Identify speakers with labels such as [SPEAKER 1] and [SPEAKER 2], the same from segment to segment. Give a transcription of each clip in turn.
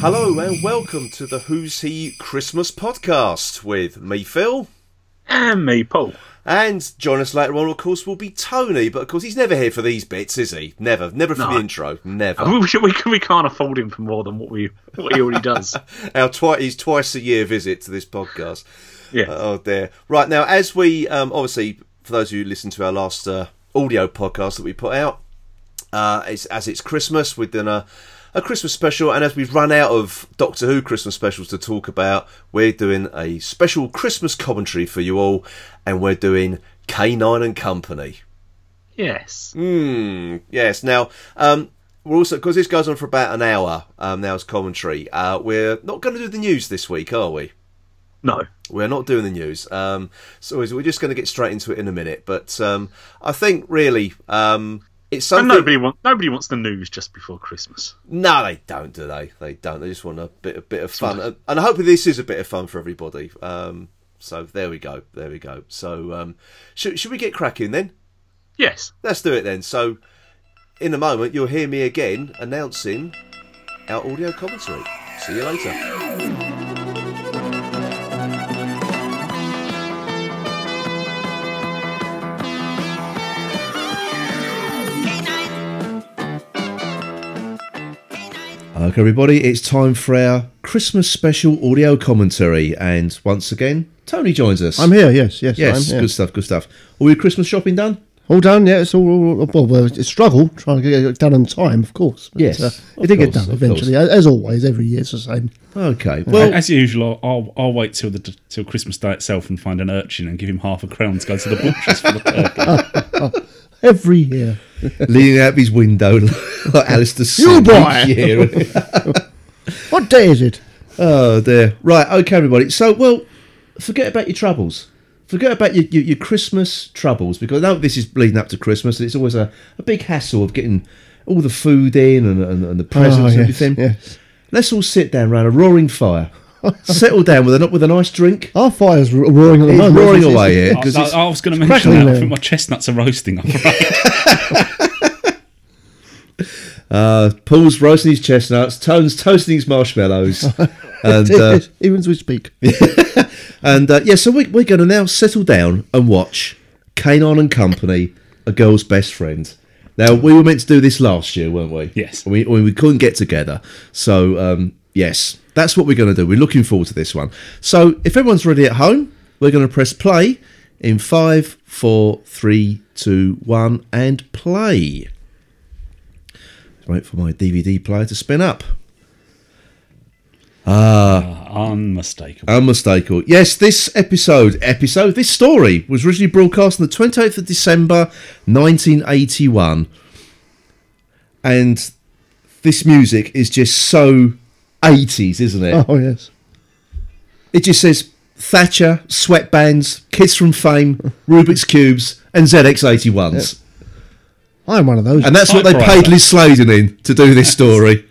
[SPEAKER 1] Hello and welcome to the Who's He Christmas podcast with me, Phil.
[SPEAKER 2] And me, Paul.
[SPEAKER 1] And join us later on, of course, will be Tony. But of course, he's never here for these bits, is he? Never, never for
[SPEAKER 2] No.
[SPEAKER 1] the intro. Never.
[SPEAKER 2] We, we, we can't afford him for more than what we what he already does.
[SPEAKER 1] Our twi- his twice a year visit to this podcast.
[SPEAKER 2] Yeah.
[SPEAKER 1] Oh dear. Right now, as we um, obviously, for those who listened to our last uh, audio podcast that we put out, uh, it's, as it's Christmas, we've done a, a Christmas special, and as we've run out of Doctor Who Christmas specials to talk about, we're doing a special Christmas commentary for you all, and we're doing Canine and Company.
[SPEAKER 2] yes.
[SPEAKER 1] Mm, yes. Now, um, we're also because this goes on for about an hour. Um, now it's commentary. Uh, we're not going to do the news this week, are we?
[SPEAKER 2] No.
[SPEAKER 1] We're not doing the news. Um, so is- we're just going to get straight into it in a minute. But um, I think really um, it's
[SPEAKER 2] And
[SPEAKER 1] something.
[SPEAKER 2] nobody wants nobody wants the news just before Christmas.
[SPEAKER 1] No, they don't, do they? They don't. They just want a bit, a bit of fun, and and I hope this is a bit of fun for everybody. Um, so there we go. There we go. So um, should should we get cracking then?
[SPEAKER 2] Yes.
[SPEAKER 1] Let's do it then. So, in a moment, you'll hear me again announcing our audio commentary. See you later. Okay, everybody, it's time for our Christmas special audio commentary, and once again, Tony joins us.
[SPEAKER 3] I'm here. Yes, yes.
[SPEAKER 1] Yes,
[SPEAKER 3] I'm here.
[SPEAKER 1] good stuff, good stuff. All your Christmas shopping done?
[SPEAKER 3] All done. Yeah, it's all. all, all well, well, it's a struggle trying to get it done on time, of course. But,
[SPEAKER 1] Yes,
[SPEAKER 3] uh,
[SPEAKER 1] of
[SPEAKER 3] it did get
[SPEAKER 1] course,
[SPEAKER 3] done
[SPEAKER 1] of course.
[SPEAKER 3] eventually, as as always. Every year it's the same.
[SPEAKER 1] Okay. Well,
[SPEAKER 4] As usual, I'll, I'll, I'll wait till the till Christmas Day itself and find an urchin and give him half a crown to go to the butcher's for the turkey.
[SPEAKER 3] Every year.
[SPEAKER 1] leaning out of his window like Alistair
[SPEAKER 3] You
[SPEAKER 1] Sim
[SPEAKER 3] boy!
[SPEAKER 1] each year.
[SPEAKER 3] What day is it?
[SPEAKER 1] oh dear. Right, okay everybody. So well, forget about your troubles. Forget about your, your, your Christmas troubles because now this is leading up to Christmas and it's always a, a big hassle of getting all the food in and, and, and the presents
[SPEAKER 3] Oh,
[SPEAKER 1] and
[SPEAKER 3] yes,
[SPEAKER 1] everything.
[SPEAKER 3] yes.
[SPEAKER 1] Let's all sit down round a roaring fire. Settle down with a with a nice drink.
[SPEAKER 3] Our fire's ro- roaring at the
[SPEAKER 1] It's
[SPEAKER 3] moment.
[SPEAKER 1] roaring
[SPEAKER 3] isn't it?
[SPEAKER 1] away here
[SPEAKER 4] I,
[SPEAKER 1] because
[SPEAKER 4] I-
[SPEAKER 1] it's
[SPEAKER 4] I was going to
[SPEAKER 3] crackling
[SPEAKER 4] mention that. I
[SPEAKER 3] there.
[SPEAKER 4] think my chestnuts are roasting. I'm right.
[SPEAKER 1] uh, Paul's roasting his chestnuts, Tone's toasting his marshmallows, and
[SPEAKER 3] It-
[SPEAKER 1] uh,
[SPEAKER 3] it- even as we speak.
[SPEAKER 1] And uh, yeah, so we, we're going to now settle down and watch Kanon and Company, A Girl's Best Friend. Now, we were meant to do this last year, weren't we?
[SPEAKER 4] Yes.
[SPEAKER 1] We, we, we couldn't get together. So, um, yes, that's what we're going to do. We're looking forward to this one. So, if everyone's ready at home, we're going to press play in five, four, three, two, one, and play. Wait for my DVD player to spin up.
[SPEAKER 4] Unmistakable.
[SPEAKER 1] Unmistakable. Yes, this episode, episode, this story was originally broadcast on the 28th of December 1981. And this music is just so 80s, isn't it?
[SPEAKER 3] Oh yes.
[SPEAKER 1] It just says Thatcher, sweatbands, kids from fame, Rubik's Cubes, and ZX81s.
[SPEAKER 3] I'm one of those.
[SPEAKER 1] And that's what they paid
[SPEAKER 4] Typewriter.
[SPEAKER 1] Liz Sladen in to do this story.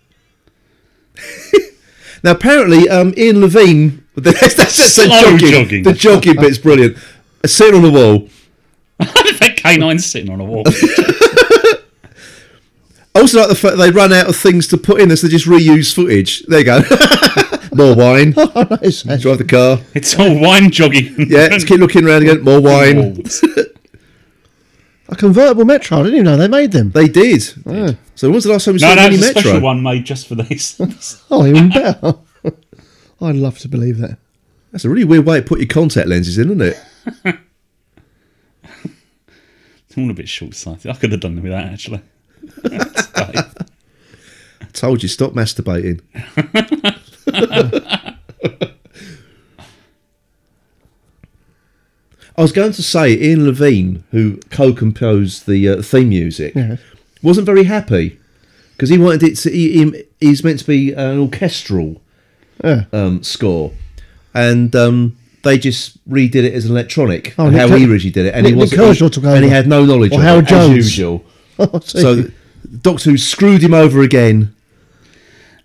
[SPEAKER 1] now, apparently, um, Ian Levine. That's, that's just the
[SPEAKER 4] Slow
[SPEAKER 1] jogging.
[SPEAKER 4] Oh, jogging.
[SPEAKER 1] The jogging bit's brilliant. Sitting on the wall.
[SPEAKER 4] that canine's sitting on a wall.
[SPEAKER 1] I also like the fact they run out of things to put in this, they just reuse footage. There you go. More wine.
[SPEAKER 3] It's- it's-
[SPEAKER 1] Drive the car.
[SPEAKER 4] It's all wine jogging.
[SPEAKER 1] Yeah, just keep looking around again. More wine.
[SPEAKER 4] Walls.
[SPEAKER 3] a convertible metro. I didn't even know they made them.
[SPEAKER 1] They did. So when was the last time we saw
[SPEAKER 4] No, no,
[SPEAKER 1] a Mini
[SPEAKER 4] it's a
[SPEAKER 1] Metro?
[SPEAKER 4] special one made just for this.
[SPEAKER 3] Oh, even better. I'd love to believe that.
[SPEAKER 1] That's a really weird way to put your contact lenses in, isn't it?
[SPEAKER 4] all a bit short sighted. I could have done with that actually.
[SPEAKER 1] Told you, stop masturbating. I was going to say Ian Levine, who co-composed the uh, theme music,
[SPEAKER 3] Yeah.
[SPEAKER 1] wasn't very happy because he wanted it to. He, he- he's meant to be an orchestral
[SPEAKER 3] Yeah.
[SPEAKER 1] um, score, and um, they just redid it as electronic.
[SPEAKER 3] Oh,
[SPEAKER 1] and
[SPEAKER 3] Nick
[SPEAKER 1] how
[SPEAKER 3] Cur-
[SPEAKER 1] we originally did it, and
[SPEAKER 3] Nick-
[SPEAKER 1] he
[SPEAKER 3] Nick
[SPEAKER 1] was
[SPEAKER 3] Kershaw took
[SPEAKER 1] and he
[SPEAKER 3] over.
[SPEAKER 1] had no knowledge.
[SPEAKER 3] Or
[SPEAKER 1] of
[SPEAKER 3] Howard
[SPEAKER 1] it,
[SPEAKER 3] Jones.
[SPEAKER 1] as usual.
[SPEAKER 3] I Oh, see.
[SPEAKER 1] So Doctor Who screwed him over again.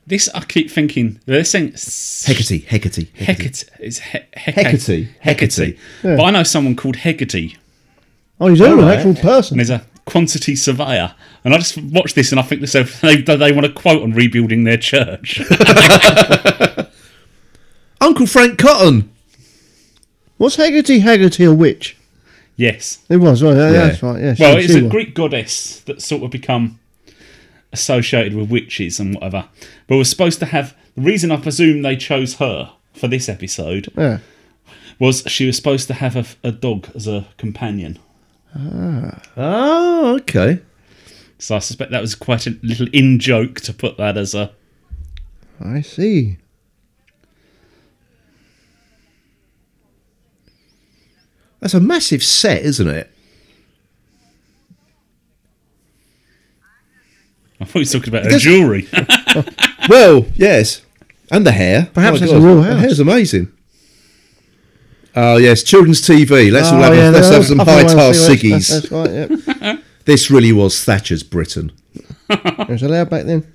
[SPEAKER 4] This I keep thinking. They're saying s-
[SPEAKER 1] Hecate, Hecate,
[SPEAKER 4] Hecate. It's he-
[SPEAKER 1] Hecate.
[SPEAKER 4] Hecate. Hecate. But I know someone called Hecate,
[SPEAKER 3] oh, he's oh, an
[SPEAKER 1] Alright.
[SPEAKER 3] actual person.
[SPEAKER 4] and there's a quantity surveyor. And I just watch this and I think to myself, they, they want a quote on rebuilding their church.
[SPEAKER 1] Uncle Frank Cotton.
[SPEAKER 3] Was Haggerty Haggerty a witch?
[SPEAKER 4] yes.
[SPEAKER 3] It was, right, yeah,
[SPEAKER 1] Yeah.
[SPEAKER 3] that's right. Yeah,
[SPEAKER 4] Well,
[SPEAKER 3] she-
[SPEAKER 4] it's
[SPEAKER 3] she
[SPEAKER 4] a
[SPEAKER 3] was.
[SPEAKER 4] Greek goddess that's sort of become associated with witches and whatever. But we're supposed to have the reason I presume they chose her for this episode
[SPEAKER 3] Yeah.
[SPEAKER 4] was she was supposed to have a, a dog as a companion.
[SPEAKER 1] Oh, okay.
[SPEAKER 4] So I suspect that was quite a little in joke to put that as a.
[SPEAKER 3] I see.
[SPEAKER 1] That's a massive set, isn't it?
[SPEAKER 4] I thought you were talking about her jewellery.
[SPEAKER 1] Well, yes. And the hair. Oh
[SPEAKER 3] Perhaps
[SPEAKER 1] My
[SPEAKER 3] it's
[SPEAKER 1] God,
[SPEAKER 3] a real
[SPEAKER 1] The
[SPEAKER 3] house.
[SPEAKER 1] hair's amazing. Oh, yes. Children's TV. Let's all
[SPEAKER 3] Oh,
[SPEAKER 1] have, a-
[SPEAKER 3] yeah,
[SPEAKER 1] let's
[SPEAKER 3] that-
[SPEAKER 1] have some
[SPEAKER 3] I
[SPEAKER 1] high
[SPEAKER 3] think I
[SPEAKER 1] tar
[SPEAKER 3] see what- that's-
[SPEAKER 1] ciggies.
[SPEAKER 3] That's right, yeah.
[SPEAKER 1] This really was Thatcher's Britain.
[SPEAKER 3] It was allowed back then.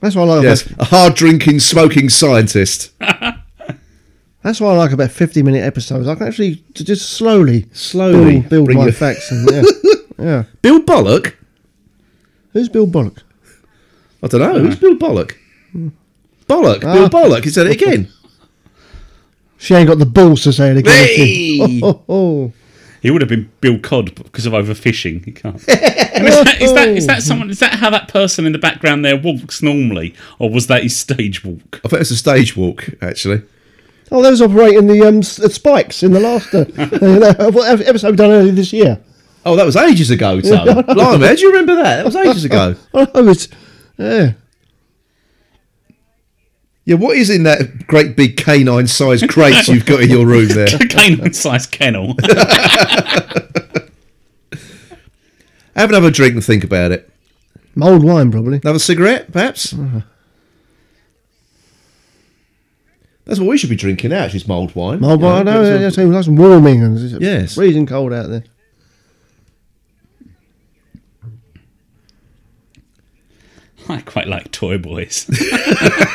[SPEAKER 3] That's what I like.
[SPEAKER 1] Yes.
[SPEAKER 3] About,
[SPEAKER 1] A hard drinking, smoking scientist.
[SPEAKER 3] that's what I like about fifty-minute episodes. I can actually to just slowly,
[SPEAKER 1] Slowly
[SPEAKER 3] build, build
[SPEAKER 1] bring
[SPEAKER 3] my
[SPEAKER 1] your-
[SPEAKER 3] facts. And, yeah. yeah.
[SPEAKER 1] Bill Bollock?
[SPEAKER 3] Who's Bill Bollock?
[SPEAKER 1] I don't know. Who's Bill Bollock? Bollock. Bill
[SPEAKER 3] Uh-huh. Hmm. Ah.
[SPEAKER 1] Bollock. He said it again.
[SPEAKER 3] She ain't got the balls to say it again. has she?
[SPEAKER 1] Hey!
[SPEAKER 3] Oh, oh,
[SPEAKER 4] he would have been Bill Cod but because of overfishing. He can't. And is, that, is, that, is that someone? Is that how that person in the background there walks normally, or was that his stage walk?
[SPEAKER 1] I think it's a stage walk, actually.
[SPEAKER 3] oh, those operating the um s- the spikes in the last uh, uh, what ep- episode we done earlier this year.
[SPEAKER 1] Oh, that was ages ago, Tom. Blimey, how do you remember that? That was ages ago.
[SPEAKER 3] Oh, no, it's yeah.
[SPEAKER 1] Yeah, what is in that great big canine sized crate you've got in your room there?
[SPEAKER 4] A canine-sized kennel.
[SPEAKER 1] Have another drink and think about it.
[SPEAKER 3] Mold wine probably.
[SPEAKER 1] Another cigarette, perhaps? That's what we should be drinking now, actually, is mulled wine. oh,
[SPEAKER 3] Mold wine. I know. Yeah, yeah, so nice and warming and it's
[SPEAKER 1] Yes.
[SPEAKER 3] freezing cold out there.
[SPEAKER 4] I quite like toy boys.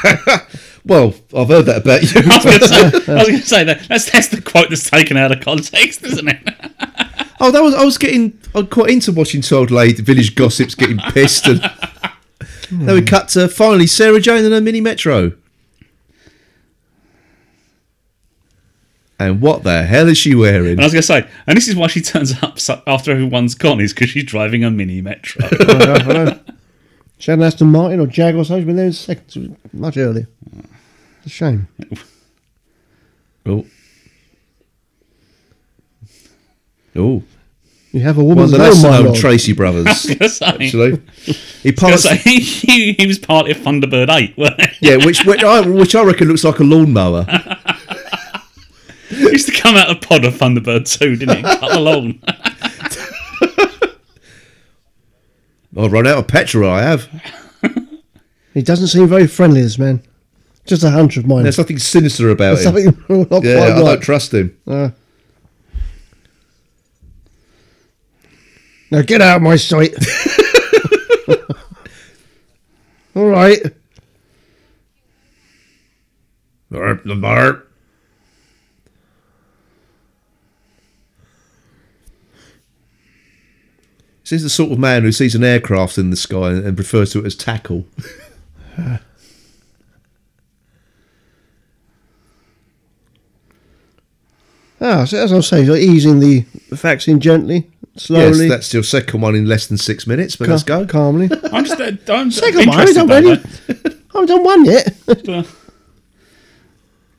[SPEAKER 1] Well, I've heard that about you.
[SPEAKER 4] I was going to say, I was gonna say that. That's, that's the quote that's taken out of context, isn't it?
[SPEAKER 1] oh, that was I was getting I'm quite into watching Told Lady Village Gossips getting pissed and then we cut to finally Sarah Jane and her mini metro. And what the hell is she wearing?
[SPEAKER 4] And I was going to say, and this is why she turns up so- after everyone's gone, is because she's driving a mini metro.
[SPEAKER 3] Shannon Aston Martin or Jag or something. She's Been there in seconds, much earlier. It's a shame.
[SPEAKER 1] Oh. Oh.
[SPEAKER 3] You have a
[SPEAKER 1] One of
[SPEAKER 3] woman's
[SPEAKER 1] the
[SPEAKER 3] name,
[SPEAKER 1] lesser
[SPEAKER 3] my
[SPEAKER 1] known
[SPEAKER 3] lord.
[SPEAKER 1] Tracy brothers,
[SPEAKER 4] Actually,
[SPEAKER 1] actually. He
[SPEAKER 4] I was
[SPEAKER 1] parts,
[SPEAKER 4] gonna say, he, he was part of Thunderbird 8, weren't he?
[SPEAKER 1] yeah, which which I, which I reckon looks like a lawnmower.
[SPEAKER 4] He used to come out of pod of Thunderbird 2, didn't he? Cut the lawn.
[SPEAKER 1] I've run out of petrol, I have.
[SPEAKER 3] He doesn't seem very friendly, this man. Just a hunch of mine.
[SPEAKER 1] There's nothing sinister about him.
[SPEAKER 3] something not quite
[SPEAKER 1] Yeah, I
[SPEAKER 3] right.
[SPEAKER 1] don't trust him.
[SPEAKER 3] Uh. now get out of my sight. All right.
[SPEAKER 1] Well, This is the sort of man who sees an aircraft in the sky and, and refers to it as tackle.
[SPEAKER 3] Ah, so as I say, you're easing the vaccine gently,
[SPEAKER 1] Yes,
[SPEAKER 3] slowly,
[SPEAKER 1] that's your second one in less than six minutes, but let's
[SPEAKER 3] ca-
[SPEAKER 1] go.
[SPEAKER 3] calmly.
[SPEAKER 4] I'm just, uh, I'm just
[SPEAKER 3] Second one,
[SPEAKER 4] interested
[SPEAKER 3] don't
[SPEAKER 4] by
[SPEAKER 3] worry.
[SPEAKER 4] that.
[SPEAKER 3] I haven't done one yet.
[SPEAKER 4] Uh,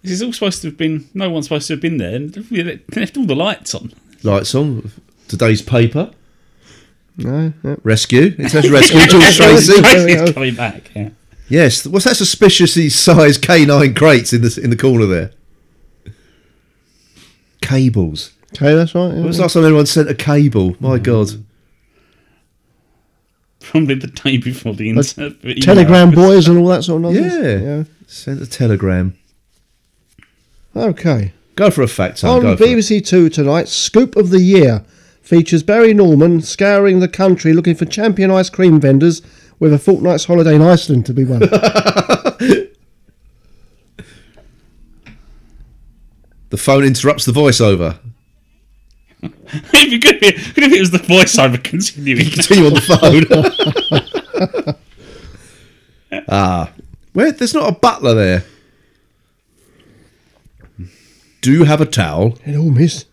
[SPEAKER 4] This is all supposed to have been, no one's supposed to have been there. And they left all the lights on.
[SPEAKER 1] Lights on. Today's paper.
[SPEAKER 3] no, no.
[SPEAKER 1] Rescue. It says rescue. George Tracy.
[SPEAKER 4] Tracy's coming back, yeah.
[SPEAKER 1] Yes. What's that suspiciously sized canine crates in the in the corner there? Cables.
[SPEAKER 3] Okay, that's right. yeah.
[SPEAKER 1] When was the last time anyone sent a cable? My God.
[SPEAKER 4] probably the day before the internet.
[SPEAKER 3] Telegram boys and all that sort of nonsense.
[SPEAKER 1] Yeah. Send a telegram.
[SPEAKER 3] Yeah. Okay.
[SPEAKER 1] Go for a fact. Tom,
[SPEAKER 3] On
[SPEAKER 1] go for it.
[SPEAKER 3] BBC Two tonight, Scoop of the Year features Barry Norman scouring the country looking for champion ice cream vendors with a fortnight's holiday in Iceland to be won.
[SPEAKER 1] The phone interrupts the voiceover.
[SPEAKER 4] It'd be good if, good if it was the voiceover continuing.
[SPEAKER 1] Continue on the phone. ah, where there's not a butler there. Do you have a towel?
[SPEAKER 3] Hello, miss.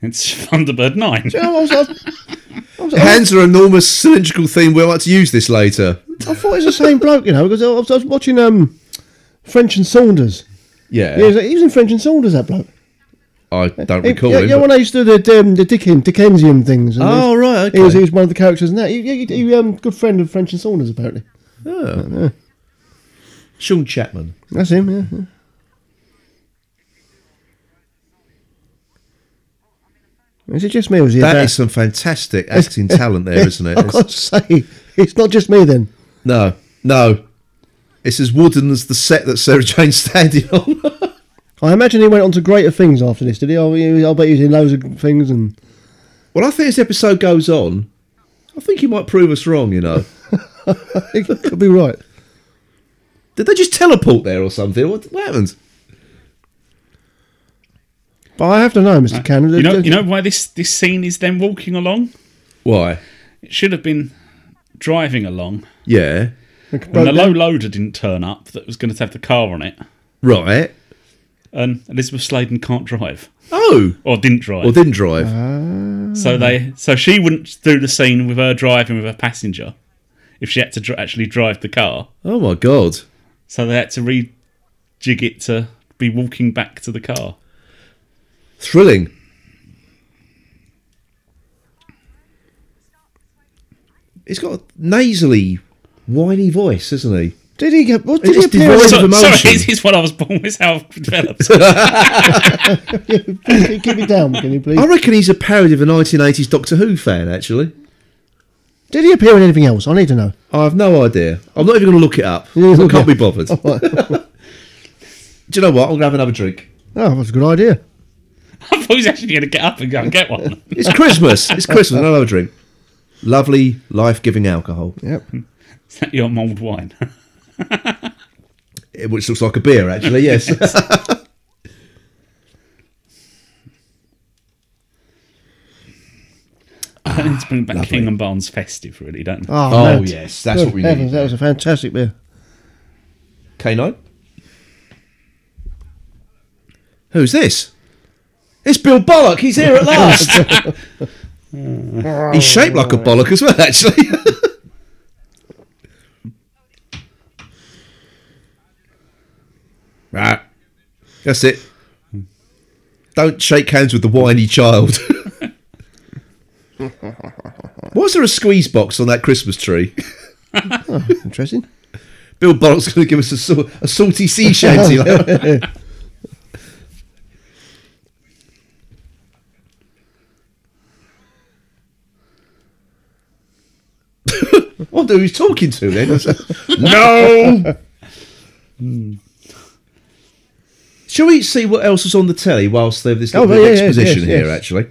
[SPEAKER 4] It's Thunderbird 9.
[SPEAKER 3] You know, I, was, I, Oh.
[SPEAKER 1] Hands are enormous cylindrical thing. We'll have to use this later.
[SPEAKER 3] I thought it was the same bloke, you know, because I was, I was watching um, French and Saunders.
[SPEAKER 1] Yeah,
[SPEAKER 3] Yeah, he was, he was in French and Saunders, that bloke.
[SPEAKER 1] I don't
[SPEAKER 3] He-
[SPEAKER 1] recall
[SPEAKER 3] yeah,
[SPEAKER 1] him.
[SPEAKER 3] yeah,
[SPEAKER 1] but-
[SPEAKER 3] when I used to do the, um, the Dickin, Dickensian things. and
[SPEAKER 1] Oh, right, okay.
[SPEAKER 3] He was, he was one of the characters in that. He, he, he, um, good friend of French and Saunders, apparently.
[SPEAKER 1] Sean Chapman.
[SPEAKER 3] That's him, yeah. yeah. Is it just me or is it
[SPEAKER 1] that is some fantastic acting talent there, isn't it?
[SPEAKER 3] I
[SPEAKER 1] It's-
[SPEAKER 3] can't say. It's not just me then.
[SPEAKER 1] no, no. It's as wooden as the set that Sarah Jane's standing on.
[SPEAKER 3] I imagine he went on to greater things after this, did he? I'll, I'll bet he was in loads of things and
[SPEAKER 1] well, I think as the episode goes on, I think you might prove us wrong, you know.
[SPEAKER 3] it could be right.
[SPEAKER 1] Did they just teleport there or something? What, what happened?
[SPEAKER 3] But I have to know, Mr. Cannon.
[SPEAKER 4] You know, you know why this, this scene is them walking along?
[SPEAKER 1] Why?
[SPEAKER 4] It should have been driving along.
[SPEAKER 1] Yeah.
[SPEAKER 4] When the low loader didn't turn up that was going to have the car on it.
[SPEAKER 1] Right.
[SPEAKER 4] And Elizabeth Sladen can't drive.
[SPEAKER 1] Oh.
[SPEAKER 4] Or didn't drive.
[SPEAKER 1] Or didn't drive.
[SPEAKER 4] so
[SPEAKER 1] Mm-hmm.
[SPEAKER 4] they, so she wouldn't do the scene with her driving with her passenger if she had to dr- actually drive the car.
[SPEAKER 1] oh my god.
[SPEAKER 4] So they had to rejig it to be walking back to the car.
[SPEAKER 1] Thrilling. He's got a nasally, whiny voice, isn't he?
[SPEAKER 3] did he get? What
[SPEAKER 1] It's
[SPEAKER 3] did he
[SPEAKER 1] just
[SPEAKER 3] appear? in-
[SPEAKER 1] devoid-
[SPEAKER 4] So,
[SPEAKER 1] of
[SPEAKER 4] sorry,
[SPEAKER 1] emotion.
[SPEAKER 4] it's, it's what I was born with. How I've developed.
[SPEAKER 3] Can you keep it down, can you please?
[SPEAKER 1] I reckon he's a parody of a 1980s Doctor Who fan, actually.
[SPEAKER 3] Did he appear in anything else? I need to know.
[SPEAKER 1] I have Oh, no idea. I'm not even going to look it up.
[SPEAKER 3] Yeah,
[SPEAKER 1] I
[SPEAKER 3] okay.
[SPEAKER 1] can't be bothered. Do you know what? I'm going to have another drink.
[SPEAKER 3] Oh, that's a good idea.
[SPEAKER 4] I thought he was actually going to get up and go and get one.
[SPEAKER 1] It's Christmas. it's Christmas. Another drink. Lovely, life giving alcohol,
[SPEAKER 3] Yep.
[SPEAKER 4] Is that your mulled wine?
[SPEAKER 1] Eh, which looks like a beer, actually, yes.
[SPEAKER 4] I need to bring back King and Barnes festive, really, don't they?
[SPEAKER 3] Oh,
[SPEAKER 1] oh,
[SPEAKER 3] man.
[SPEAKER 1] yes. That's
[SPEAKER 3] Good
[SPEAKER 1] what we
[SPEAKER 3] heavens,
[SPEAKER 1] need.
[SPEAKER 3] That was a fantastic beer.
[SPEAKER 1] Canine? Who's this? It's Bill Bollock. He's here at last. He's shaped like a bollock as well, actually. right. That's it. Don't shake hands with the whiny child. Was there a squeeze box on that Christmas tree?
[SPEAKER 3] Interesting.
[SPEAKER 1] Bill Bollock's going to give us a, sa- a salty sea shanty. I wonder who he's talking to then. no! Shall we see what else was on the telly whilst they have this
[SPEAKER 3] Oh,
[SPEAKER 1] little bit
[SPEAKER 3] yeah,
[SPEAKER 1] of
[SPEAKER 3] yeah,
[SPEAKER 1] exposition
[SPEAKER 3] yes,
[SPEAKER 1] here,
[SPEAKER 3] yes.
[SPEAKER 1] actually?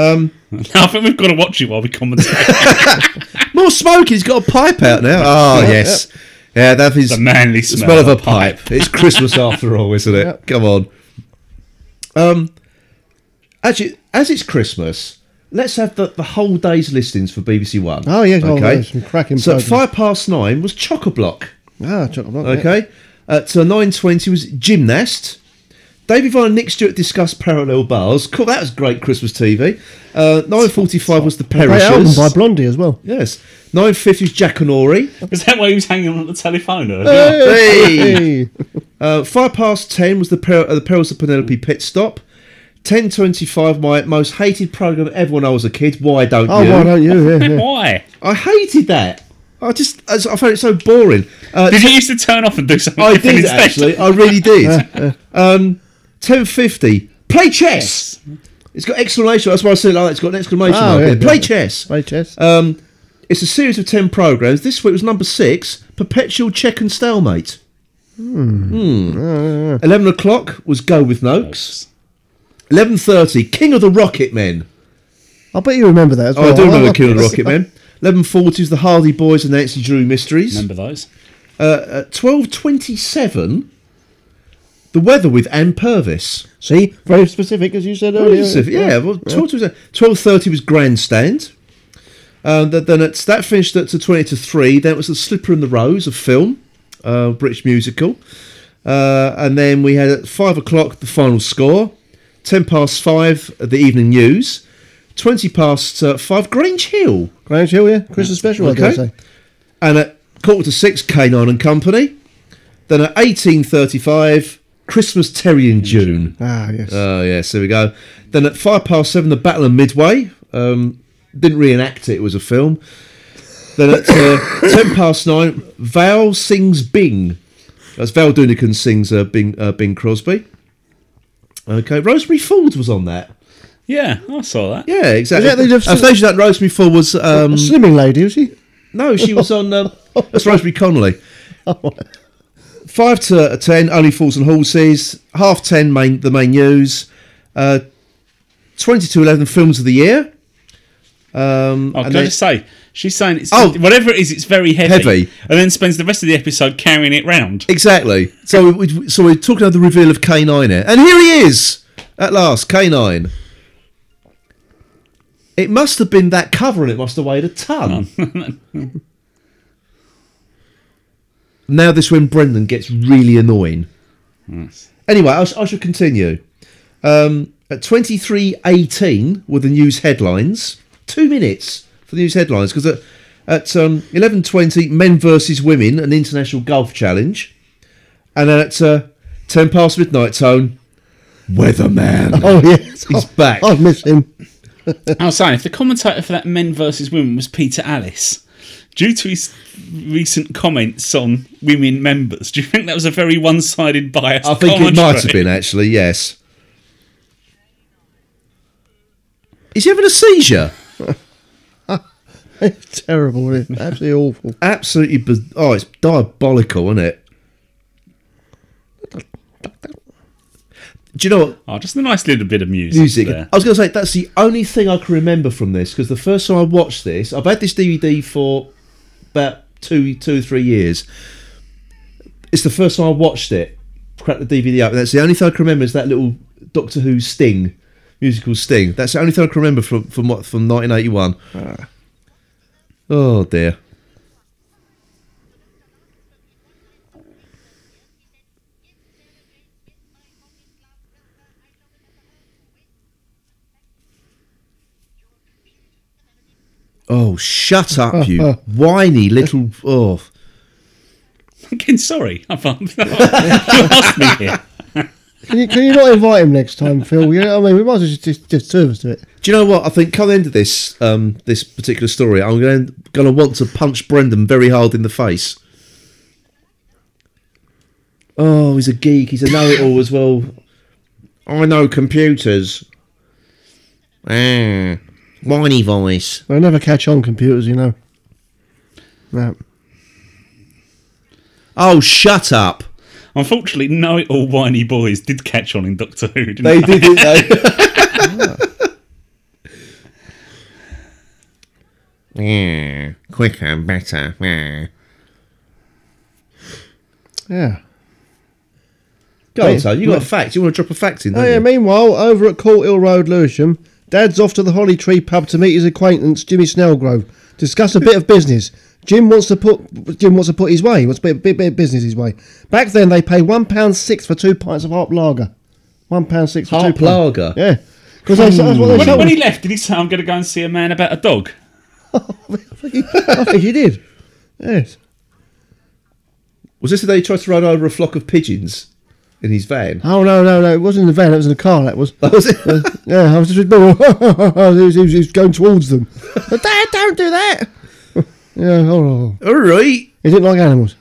[SPEAKER 4] I think we've got to watch it while we commentate.
[SPEAKER 1] More smoking, he's got a pipe out now. Oh, yes. Yeah, that is
[SPEAKER 4] the manly
[SPEAKER 1] the
[SPEAKER 4] smell,
[SPEAKER 1] smell of a pipe. It's Christmas after all, isn't it? Come on. Um, actually, as it's Christmas, let's have the, the whole day's listings for BBC One.
[SPEAKER 3] Oh, yes, oh, there's some cracking
[SPEAKER 1] So at
[SPEAKER 3] programmes.
[SPEAKER 1] five past nine was Chock a Block.
[SPEAKER 3] Ah, chocolate block. yeah.
[SPEAKER 1] Okay. At uh, nine twenty was Gymnast. David Vine and Nick Stewart discussed parallel bars. Cool, that was great Christmas TV. Uh, nine forty-five was the
[SPEAKER 3] Great album
[SPEAKER 1] Perishers.
[SPEAKER 3] by Blondie as well.
[SPEAKER 1] Yes. Nine fifty was Jack and Ori.
[SPEAKER 4] Is that why he was hanging on the telephone earlier?
[SPEAKER 3] Hey.
[SPEAKER 1] Uh, five past ten was the per- uh, the perils of Penelope pit stop. Ten twenty five, my most hated program ever when I was a kid. Why don't
[SPEAKER 3] Oh,
[SPEAKER 1] you?
[SPEAKER 3] why don't you? Yeah, yeah.
[SPEAKER 4] Why?
[SPEAKER 1] I hated that. I just I s- I found it so boring. Uh,
[SPEAKER 4] Did you used to turn off and do something
[SPEAKER 1] I
[SPEAKER 4] different
[SPEAKER 1] did
[SPEAKER 4] instead?
[SPEAKER 1] actually. I really did. um, ten fifty, play chess. It's got exclamation. That's why I said it like that. It's got an exclamation
[SPEAKER 3] Oh,
[SPEAKER 1] mark.
[SPEAKER 3] yeah,
[SPEAKER 1] there. Play
[SPEAKER 3] yeah.
[SPEAKER 1] chess.
[SPEAKER 3] Play chess.
[SPEAKER 1] Um, it's a series of ten programs. This week was number six. Perpetual check and stalemate. Hmm. Eleven o'clock was go with Noakes. Eleven thirty, King of the Rocket Men.
[SPEAKER 3] I bet you remember that as well.
[SPEAKER 1] Oh, I do remember King of the
[SPEAKER 3] this.
[SPEAKER 1] Rocket Men. Eleven forty is the Hardy Boys and Nancy Drew Mysteries.
[SPEAKER 4] Remember those?
[SPEAKER 1] Uh, at twelve twenty-seven, the weather with Anne Purvis.
[SPEAKER 3] See, very specific as you said
[SPEAKER 1] Oh,
[SPEAKER 3] earlier.
[SPEAKER 1] Elizabeth, yeah, well, twelve to twelve thirty was grandstand. Um, th- then it's, that finished at to twenty to three. Then it was the Slipper and the Rose, a film, uh, British musical, uh, and then we had at five o'clock the final score. Ten past five, uh, the evening news. Twenty past uh, five, Grange Hill,
[SPEAKER 3] Grange Hill, yeah, Christmas special. I
[SPEAKER 1] Okay.
[SPEAKER 3] dare say.
[SPEAKER 1] and at quarter to six, Canine and Company. Then at eighteen thirty-five, Christmas Terry in June.
[SPEAKER 3] Ah, yes.
[SPEAKER 1] Oh yes, there we go. Then at five past seven, the Battle of Midway. Um, didn't reenact it; it was a film. Then at uh, ten past nine, Val sings Bing. That's Val Dunican sings uh, Bing uh, Bing Crosby. Okay, Rosemary Ford was on that.
[SPEAKER 4] Yeah, I saw that.
[SPEAKER 1] Yeah, exactly.
[SPEAKER 3] that the-
[SPEAKER 1] Uh, stage that Rosemary Ford was um,
[SPEAKER 3] a slimming lady, was she?
[SPEAKER 1] no, she was on. Um, that's Rosemary Connolly. Five to uh, ten, only fools and horses. Half ten, main the main news. Uh, Twenty to eleven, films of the year. Um,
[SPEAKER 4] Oh,
[SPEAKER 1] and
[SPEAKER 4] can I
[SPEAKER 1] then-
[SPEAKER 4] just say, she's saying it's
[SPEAKER 1] Oh.
[SPEAKER 4] whatever it is, it's very heavy,
[SPEAKER 1] Heavy.
[SPEAKER 4] and then spends the rest of the episode carrying it round.
[SPEAKER 1] exactly. So we, we- so we're talking about the reveal of K nine here, and here he is at last, K nine. It must have been that cover, and it must have weighed a ton. now this is when Brendan gets really annoying. Anyway, I, sh- I shall continue. Um, at 23.18 were the news headlines. Two minutes for the news headlines because at, at um, 11.20, men versus women, an international golf challenge. And then at uh, 10 past midnight tone, Weatherman.
[SPEAKER 3] Oh, yes.
[SPEAKER 1] He's back.
[SPEAKER 3] I've missed him.
[SPEAKER 4] I was saying, if the commentator for that Men versus Women was Peter Alice, due to his recent comments on women members, do you think that was a very one-sided bias?
[SPEAKER 1] I think it might have been, actually, yes. Is he having a seizure?
[SPEAKER 3] It's terrible. Isn't it? Absolutely awful.
[SPEAKER 1] Absolutely. Biz- oh, it's diabolical, isn't it? Do you know what?
[SPEAKER 4] Oh, just a nice little bit of music.
[SPEAKER 1] music.
[SPEAKER 4] there.
[SPEAKER 1] I was going to say that's the only thing I can remember from this because the first time I watched this, I've had this DVD for about two, two, three years. It's the first time I watched it. Cracked the DVD up, and that's the only thing I can remember is that little Doctor Who sting, musical sting. That's the only thing I can remember from from what from 1981. Oh dear. Oh, shut up, you whiny little. Oh,
[SPEAKER 4] Again, sorry, I've you asked me here.
[SPEAKER 3] Can you, can you not invite him next time, Phil? You know, I mean, we might as well just, just, just two of us do it.
[SPEAKER 1] Do you know what? I think come the end of this um, this particular story, I'm going going to want to punch Brendan very hard in the face. Oh, he's a geek. He's a know-it-all as well. I know computers. Ah, whiny voice.
[SPEAKER 3] They'll never catch on computers, you know. No.
[SPEAKER 1] Oh, shut up!
[SPEAKER 4] Unfortunately, no, all whiny boys did catch on in Doctor Who. Didn't
[SPEAKER 1] They did, didn't they?
[SPEAKER 5] Yeah, quicker and better. Yeah.
[SPEAKER 3] Yeah.
[SPEAKER 1] Go on, son. You got a fact. You want to drop a fact in?
[SPEAKER 3] Oh,
[SPEAKER 1] Don't
[SPEAKER 3] yeah.
[SPEAKER 1] you?
[SPEAKER 3] Meanwhile, over at Court Hill Road, Lewisham, Dad's off to the Holly Tree pub to meet his acquaintance Jimmy Snellgrove. Discuss a bit of business. Jim wants to put Jim wants to put his way. He wants a bit, bit, bit of business his way. Back then, they pay one pound six for two pints of Harp Lager. One pound six for
[SPEAKER 1] Harp
[SPEAKER 3] two pints.
[SPEAKER 1] Lager?
[SPEAKER 3] Yeah, because that's, that's what they
[SPEAKER 4] When,
[SPEAKER 3] sold.
[SPEAKER 4] when he left, did he say, "I'm going to go and see a man about a dog"?
[SPEAKER 3] I think he did. Yes.
[SPEAKER 1] Was this the day he tried to run over a flock of pigeons in his van?
[SPEAKER 3] Oh no, no, no! It wasn't in the van. It was in the car. That Oh, was. Uh,
[SPEAKER 1] Was it?
[SPEAKER 3] Yeah, I was just he, was, he was- he was going towards them. But Dad, don't do that. yeah, oh, oh, oh.
[SPEAKER 1] All right.
[SPEAKER 3] he didn't like animals.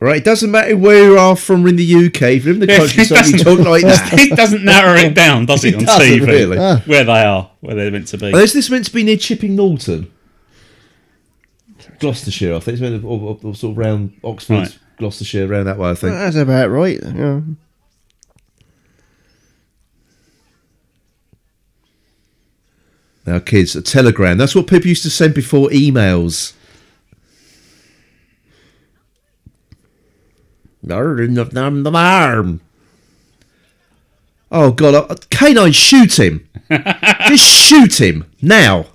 [SPEAKER 1] Right, it doesn't matter where you are from in the UK, if you're in the
[SPEAKER 4] Yeah,
[SPEAKER 1] country, you talk like that.
[SPEAKER 4] it doesn't narrow it down, does it,
[SPEAKER 1] It
[SPEAKER 4] on
[SPEAKER 1] doesn't,
[SPEAKER 4] TV?
[SPEAKER 1] really.
[SPEAKER 3] Ah.
[SPEAKER 4] Where they are, where they're meant to be.
[SPEAKER 1] Oh, is this meant to be near Chipping Norton? Gloucestershire, I think. It's meant to or, or, or sort of round Oxford,
[SPEAKER 4] Right.
[SPEAKER 1] Gloucestershire, round that way, I think.
[SPEAKER 3] That's about right. Yeah.
[SPEAKER 1] Now, kids, a telegram. That's what people used to send before emails. Nerd in the- in the arm. Oh, God. uh, Canine, shoot him. Just shoot him. Now.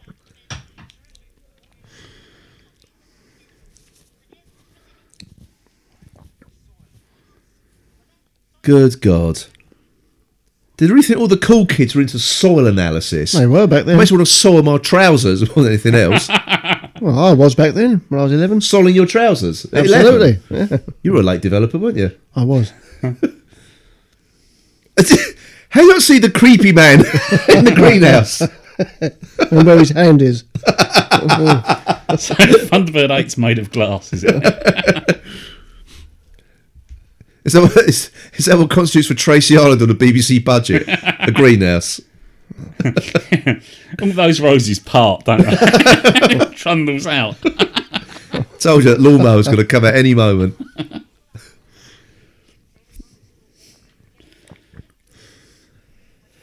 [SPEAKER 1] Good God. Did we think all the cool kids were into soil analysis?
[SPEAKER 3] They were back
[SPEAKER 1] I
[SPEAKER 3] then.
[SPEAKER 1] might as well have soiled my trousers more than anything else.
[SPEAKER 3] Well, I was back then when I was 11.
[SPEAKER 1] Soiling your trousers. at 11.
[SPEAKER 3] Absolutely. Yeah,
[SPEAKER 1] You were a late developer, weren't you?
[SPEAKER 3] I was.
[SPEAKER 1] How do you not see the creepy man in the greenhouse?
[SPEAKER 3] And where his hand is.
[SPEAKER 4] So Thunderbird 8's made of glass, is it?
[SPEAKER 1] Is that, what, is, is that what constitutes for Tracy Island on the BBC budget? The greenhouse.
[SPEAKER 4] All those roses part, don't they? It Trundles out.
[SPEAKER 1] Told you that lawnmower was going to come at any moment.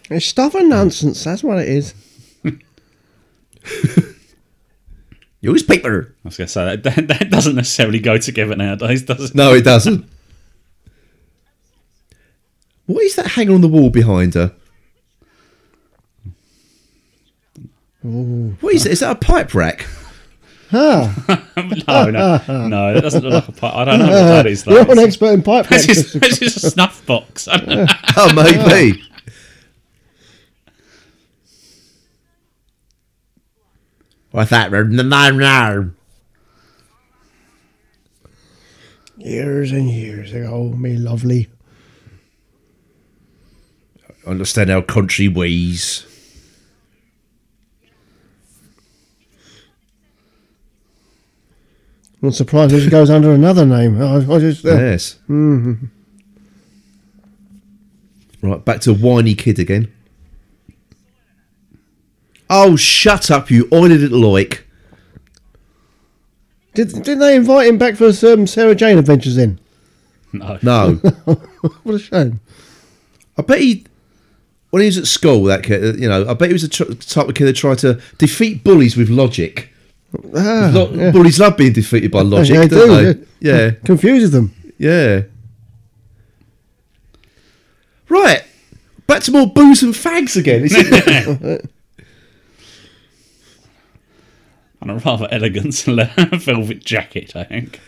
[SPEAKER 3] It's stuff and nonsense. That's what it is.
[SPEAKER 1] Newspaper.
[SPEAKER 4] I was going to say that, that that doesn't necessarily go together nowadays, does it?
[SPEAKER 1] No, it doesn't. What is that hanger on the wall behind her? What is it? Is that a pipe rack?
[SPEAKER 3] Ah,
[SPEAKER 4] No, no, no. That doesn't look like a pipe. I don't know what that is. Though.
[SPEAKER 3] you're an
[SPEAKER 4] It's-
[SPEAKER 3] expert in pipe
[SPEAKER 4] that's just,
[SPEAKER 3] practice.
[SPEAKER 4] that's just a snuff box. I don't know.
[SPEAKER 1] Oh, maybe. I thought
[SPEAKER 3] Years and years ago, me lovely.
[SPEAKER 1] understand our country ways.
[SPEAKER 3] I'm surprised it goes under another name. I, I just, uh,
[SPEAKER 1] Yes. Right, back to whiny kid again. Oh, shut up, you oily little loik.
[SPEAKER 3] did, didn't they invite him back for some Sarah Jane adventures then?
[SPEAKER 4] No.
[SPEAKER 1] No.
[SPEAKER 3] What a shame.
[SPEAKER 1] I bet he, when he was at school, that kid, you know, I bet he was the tr- type of kid that tried to defeat bullies with logic.
[SPEAKER 3] Ah,
[SPEAKER 1] Lo-
[SPEAKER 3] yeah.
[SPEAKER 1] Bullies love being defeated by logic,
[SPEAKER 3] They
[SPEAKER 1] don't
[SPEAKER 3] do,
[SPEAKER 1] they? Yeah.
[SPEAKER 3] Confuses them.
[SPEAKER 1] Yeah. Right. Back to more booze and fags again. Is it?
[SPEAKER 4] On a rather elegant le- velvet jacket, I think.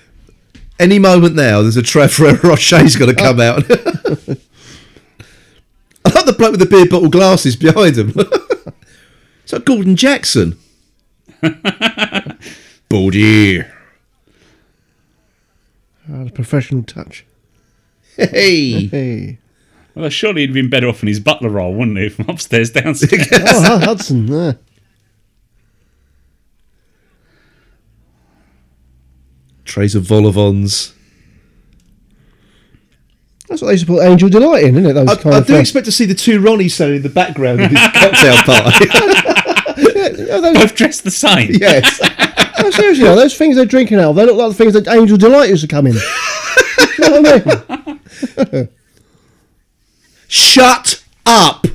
[SPEAKER 1] Any moment now, there's a Trevor Rocher's going to
[SPEAKER 3] Uh.
[SPEAKER 1] come out. I love the bloke with the beer bottle glasses behind him. it's like Gordon Jackson. Baldy.
[SPEAKER 3] Ah, the professional touch.
[SPEAKER 1] Hey.
[SPEAKER 3] Hey.
[SPEAKER 4] Well, surely he'd been better off in his butler role, wouldn't he? From upstairs, downstairs.
[SPEAKER 3] Oh, Hu- Hudson. ah.
[SPEAKER 1] Trays of volivons.
[SPEAKER 3] That's what they used to put Angel Delight in, isn't it? Those
[SPEAKER 1] I,
[SPEAKER 3] kind
[SPEAKER 1] I
[SPEAKER 3] of
[SPEAKER 1] do
[SPEAKER 3] things.
[SPEAKER 1] expect to see the two Ronnies standing in the background of his cocktail party.
[SPEAKER 3] Oh, those-
[SPEAKER 4] Both dressed the same.
[SPEAKER 1] yes.
[SPEAKER 3] No, seriously, though, those things they're drinking out of, they look like the things that Angel Delight used to come in. you know what I mean?
[SPEAKER 1] Shut up!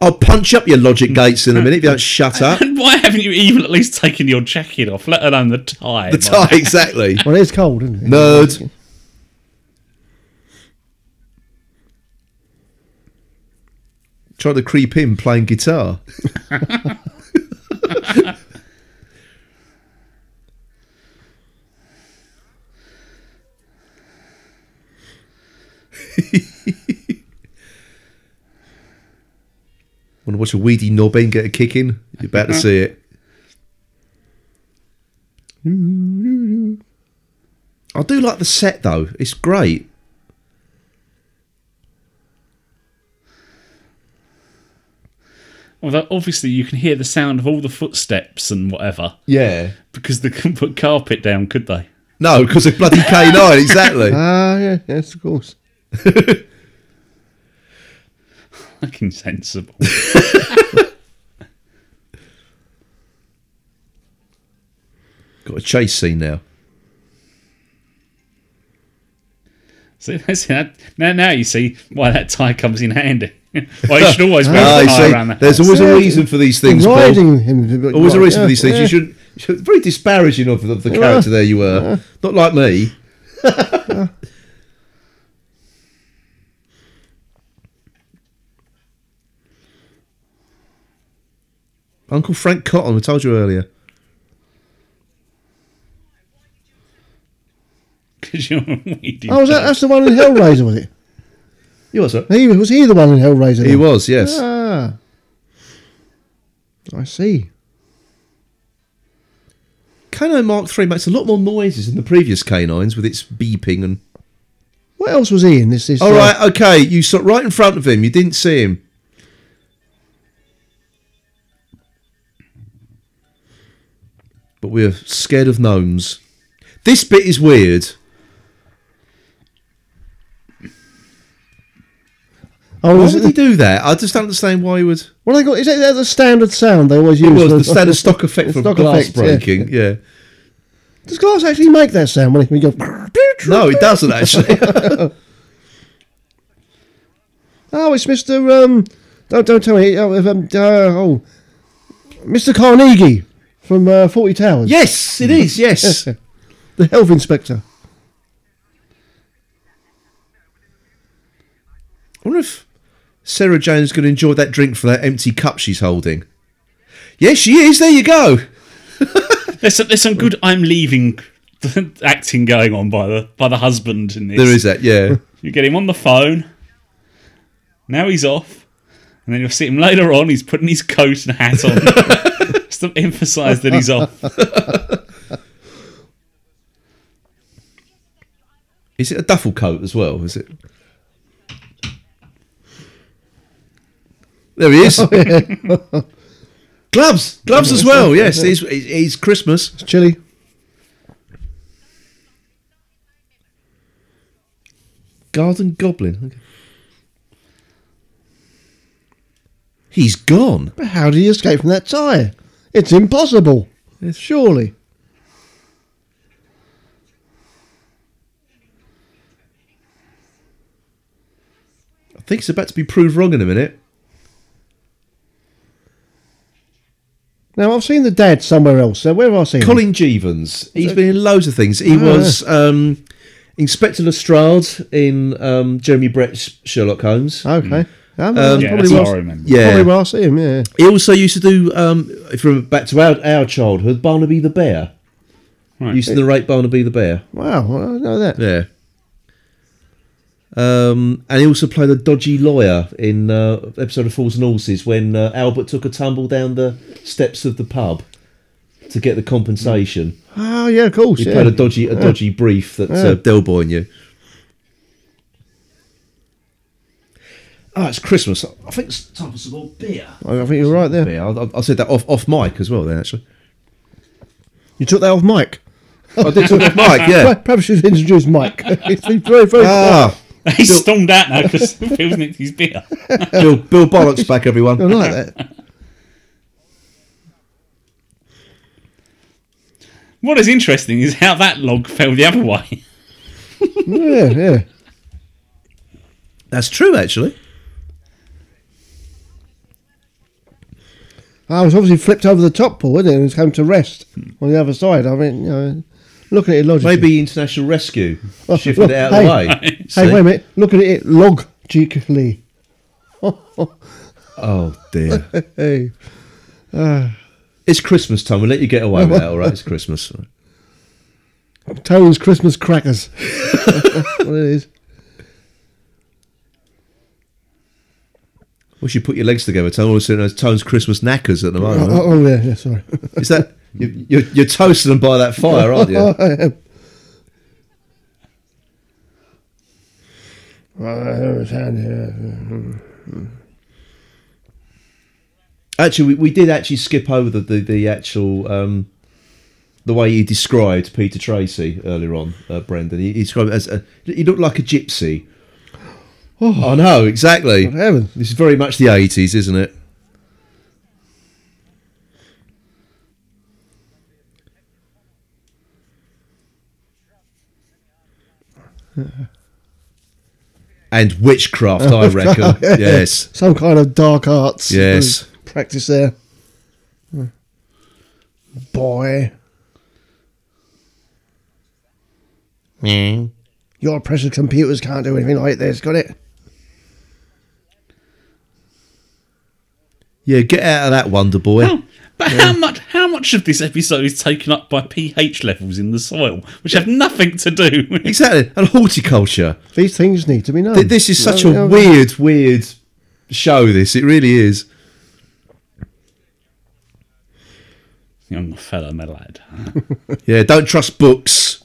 [SPEAKER 1] I'll punch up your logic gates in a minute if you don't shut up.
[SPEAKER 4] And why haven't you even at least taken your jacket off, let alone the tie?
[SPEAKER 1] The tie, exactly.
[SPEAKER 3] Well, it's cold, isn't it?
[SPEAKER 1] Nerd. Trying to creep in playing guitar. Want to watch a weedy nobbin get a kick in? You're about to see it. I do like the set though. It's great.
[SPEAKER 4] Although obviously you can hear the sound of all the footsteps and whatever
[SPEAKER 1] Yeah.
[SPEAKER 4] because they couldn't put carpet down, could they?
[SPEAKER 1] No, because of bloody K9, exactly.
[SPEAKER 3] Ah, yeah, yes, of course.
[SPEAKER 4] Fucking sensible.
[SPEAKER 1] Got a chase scene now.
[SPEAKER 4] See, that's, that, now, now you see why that tie comes in handy. Why you should always
[SPEAKER 1] Ah,
[SPEAKER 4] wear a
[SPEAKER 1] you
[SPEAKER 4] tie
[SPEAKER 1] see,
[SPEAKER 4] around the
[SPEAKER 1] there's
[SPEAKER 4] house.
[SPEAKER 1] always a
[SPEAKER 3] Yeah.
[SPEAKER 1] reason for these things, Paul.
[SPEAKER 3] riding him.
[SPEAKER 1] Always a reason
[SPEAKER 3] yeah,
[SPEAKER 1] for these things.
[SPEAKER 3] yeah.
[SPEAKER 1] You shouldn't. You should, very disparaging of the, of the character there you were. Not like me. Uncle Frank Cotton, we told you earlier.
[SPEAKER 4] Because you're a weedy.
[SPEAKER 3] Oh, was that, that's the one in Hellraiser, was it?
[SPEAKER 1] He was, right?
[SPEAKER 3] He was he the one in Hellraiser?
[SPEAKER 1] He
[SPEAKER 3] then?
[SPEAKER 1] was, yes.
[SPEAKER 3] Ah, I see.
[SPEAKER 1] K9 Mark III makes a lot more noises than the previous K9s with its beeping and.
[SPEAKER 3] What else was he in this? this
[SPEAKER 1] All
[SPEAKER 3] uh,
[SPEAKER 1] right, okay. You sat right in front of him. You didn't see him. But we're scared of gnomes. This bit is weird.
[SPEAKER 3] Oh,
[SPEAKER 1] Why
[SPEAKER 3] was
[SPEAKER 1] would
[SPEAKER 3] it-
[SPEAKER 1] he do that? I just don't understand why he would.
[SPEAKER 3] Well, they got is that the standard sound they always use?
[SPEAKER 1] It was
[SPEAKER 3] for-
[SPEAKER 1] the standard stock effect
[SPEAKER 3] the
[SPEAKER 1] from
[SPEAKER 3] stock
[SPEAKER 1] glass
[SPEAKER 3] effect, yeah.
[SPEAKER 1] breaking. Yeah.
[SPEAKER 3] Does glass actually make that sound when it, when you go?
[SPEAKER 1] No, it doesn't actually.
[SPEAKER 3] Oh, it's Mister. Um, don't don't tell me. Oh, if, um, uh, oh Mister Carnegie from uh, Forty Towers.
[SPEAKER 1] yes, it is. Yes.
[SPEAKER 3] the health inspector.
[SPEAKER 1] I wonder if Sarah Jane's going to enjoy that drink from that empty cup she's holding. Yes, she is. There you go.
[SPEAKER 4] There's, some- there's some good I'm leaving acting going on by the by the husband in this.
[SPEAKER 1] There is that. Yeah.
[SPEAKER 4] You get him on the phone. Now he's off. And then you'll see him later on, he's putting his coat and hat on. Just to emphasise that he's off.
[SPEAKER 1] Is it a duffel coat as well? Is it? There he is. gloves, gloves as well. Yes, he's, he's Christmas.
[SPEAKER 3] It's chilly.
[SPEAKER 1] Garden Goblin. Okay. He's gone.
[SPEAKER 3] But how did he escape from that tire? It's impossible. Surely.
[SPEAKER 1] I think he's about to be proved wrong in a minute.
[SPEAKER 3] Now I've seen the dad somewhere else. Now where have I seen him?
[SPEAKER 1] Colin Jevons. He's been in loads of things.
[SPEAKER 4] Ah.
[SPEAKER 1] He was um, Inspector Lestrade in um, Jeremy Brett's Sherlock Holmes.
[SPEAKER 3] Okay. Um,
[SPEAKER 4] Yeah,
[SPEAKER 3] probably,
[SPEAKER 4] that's
[SPEAKER 3] where
[SPEAKER 4] what Ah, I
[SPEAKER 3] I,
[SPEAKER 4] remember.
[SPEAKER 1] Mm. yeah,
[SPEAKER 3] probably where I see him. Yeah.
[SPEAKER 1] He also used to do, um, if you remember back to our, our childhood, Barnaby the Bear.
[SPEAKER 4] Right.
[SPEAKER 1] Used to narrate Barnaby the Bear.
[SPEAKER 3] Wow. I don't know that.
[SPEAKER 1] Yeah. Um, and he also played the dodgy lawyer in uh, episode of Fools and Horses when uh, Albert took a tumble down the steps of the pub to get the compensation.
[SPEAKER 3] Oh yeah, of course.
[SPEAKER 1] He
[SPEAKER 3] yeah.
[SPEAKER 1] played a dodgy, a dodgy brief that uh, Delboy knew. Oh, it's Christmas. I think it's time for some more beer.
[SPEAKER 3] I I think you're right there.
[SPEAKER 1] Yeah, I, I said that off off mic as well. Then actually,
[SPEAKER 3] You took that off Mike. Oh,
[SPEAKER 1] I did talk off mic. Yeah.
[SPEAKER 3] Perhaps you should introduce Mike. He's been very, very
[SPEAKER 1] Ah,
[SPEAKER 4] He's stormed out now because Phil's nicked his beer.
[SPEAKER 1] Bill Bill Bollocks back, everyone.
[SPEAKER 3] I like that.
[SPEAKER 4] What is interesting is how that log fell the other way.
[SPEAKER 3] Yeah, yeah.
[SPEAKER 1] That's true, actually.
[SPEAKER 3] I was obviously flipped over the top, Paul, wasn't it? And it's come to rest on the other side. I mean, you know, looking at it logically.
[SPEAKER 1] Maybe international rescue
[SPEAKER 3] Oh,
[SPEAKER 1] shifted it out of
[SPEAKER 3] hey.
[SPEAKER 1] the way.
[SPEAKER 3] Hey,
[SPEAKER 1] See?
[SPEAKER 3] wait a minute. Look at it logically.
[SPEAKER 1] Oh dear!
[SPEAKER 3] Hey.
[SPEAKER 1] It's Christmas time. We'll let you get away with that. All right, it's Christmas.
[SPEAKER 3] Tones Christmas crackers. That's what it is.
[SPEAKER 1] We should put your legs together. Tone also known as Tone's Christmas knackers at the
[SPEAKER 3] Oh,
[SPEAKER 1] moment.
[SPEAKER 3] oh, yeah, yeah, sorry.
[SPEAKER 1] Is that you, you're, you're toasting them by that fire, aren't you?
[SPEAKER 3] Well, I understand, yeah.
[SPEAKER 1] Ah, Actually, we, we did actually skip over the the, the actual um, the way you described Peter Tracy earlier on, uh, Brendan. He, he described it as a, he looked like a gypsy. Oh, I know exactly.
[SPEAKER 3] Good heaven.
[SPEAKER 1] This is very much the eighties, isn't it? And witchcraft, I reckon. yes.
[SPEAKER 3] Some kind of dark arts.
[SPEAKER 1] Yes.
[SPEAKER 3] Practice there. Boy,
[SPEAKER 5] meow,
[SPEAKER 3] your precious computers can't do anything like this, got it?
[SPEAKER 1] Yeah, get out of that, Wonder Boy.
[SPEAKER 4] Oh, but how much how much of this episode is taken up by pH levels in the soil, which have nothing to do with
[SPEAKER 1] Exactly, and horticulture.
[SPEAKER 3] These things need to be known.
[SPEAKER 1] Th- This is such
[SPEAKER 3] Yeah,
[SPEAKER 1] a
[SPEAKER 3] yeah.
[SPEAKER 1] weird, weird show. This it really is.
[SPEAKER 4] young fellow, my lad?
[SPEAKER 1] Yeah, don't trust books.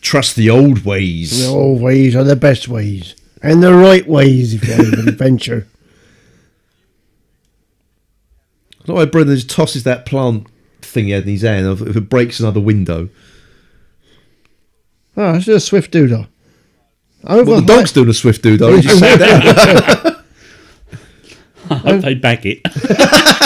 [SPEAKER 1] Trust the old ways.
[SPEAKER 3] The old ways are the best ways. And the right ways, if you ever venture.
[SPEAKER 1] Not why Brendan just tosses that plant thing he had in his hand. If if it breaks another window,
[SPEAKER 3] Ah, it's just a swift doodah. Over
[SPEAKER 1] well, the dog's doing a swift do though. Just sat down. Uh,
[SPEAKER 4] I hope they bag it.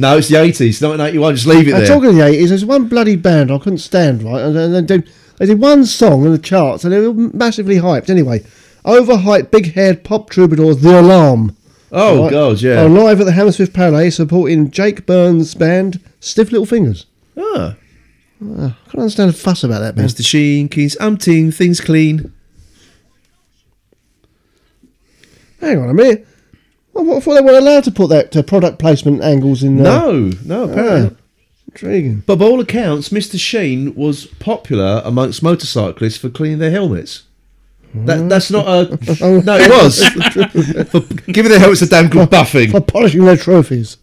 [SPEAKER 1] No, it's the eighties, nineteen eighty-one. Just leave it
[SPEAKER 3] I'm
[SPEAKER 1] there.
[SPEAKER 3] talking in the eighties. There's one bloody band I couldn't stand. Right, and, and they did they did one song in the charts, and they were massively hyped. Anyway, overhyped, big-haired pop troubadours, The Alarm.
[SPEAKER 1] oh
[SPEAKER 3] right,
[SPEAKER 1] god, yeah.
[SPEAKER 3] are live at the Hammersmith Palais, supporting Jake Burns' band, Stiff Little Fingers.
[SPEAKER 1] Ah,
[SPEAKER 3] I can't understand a fuss about that band.
[SPEAKER 1] Mr. Sheen, Keen's umpteen, things clean.
[SPEAKER 3] Hang on a minute. Well, what, I thought they weren't allowed to put that to product placement angles in. uh, there.
[SPEAKER 1] No, no, apparently.
[SPEAKER 3] Oh. Ah,
[SPEAKER 1] not.
[SPEAKER 3] intriguing.
[SPEAKER 1] But by all accounts, Mr. Sheen was popular amongst motorcyclists for cleaning their helmets. That, that's not
[SPEAKER 3] Oh,
[SPEAKER 1] a. No, it was. for giving their helmets a damn good
[SPEAKER 3] For
[SPEAKER 1] buffing.
[SPEAKER 3] polishing their trophies.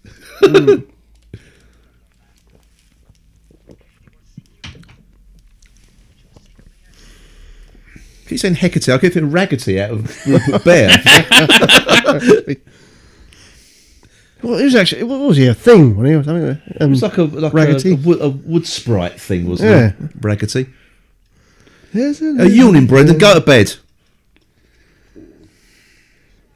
[SPEAKER 1] Keep saying Hecate. I keep thinking Raggedy out of Rupert Bear.
[SPEAKER 3] Well, it was actually what was he a thing? Wasn't he, or something? Um,
[SPEAKER 1] It's like a like
[SPEAKER 3] Raggedy.
[SPEAKER 1] A, a, wood, a wood sprite thing, wasn't
[SPEAKER 3] Yeah.
[SPEAKER 1] it? Raggedy.
[SPEAKER 3] Yes, it
[SPEAKER 1] Are
[SPEAKER 3] is.
[SPEAKER 1] you yawning, Brendan? Go to bed.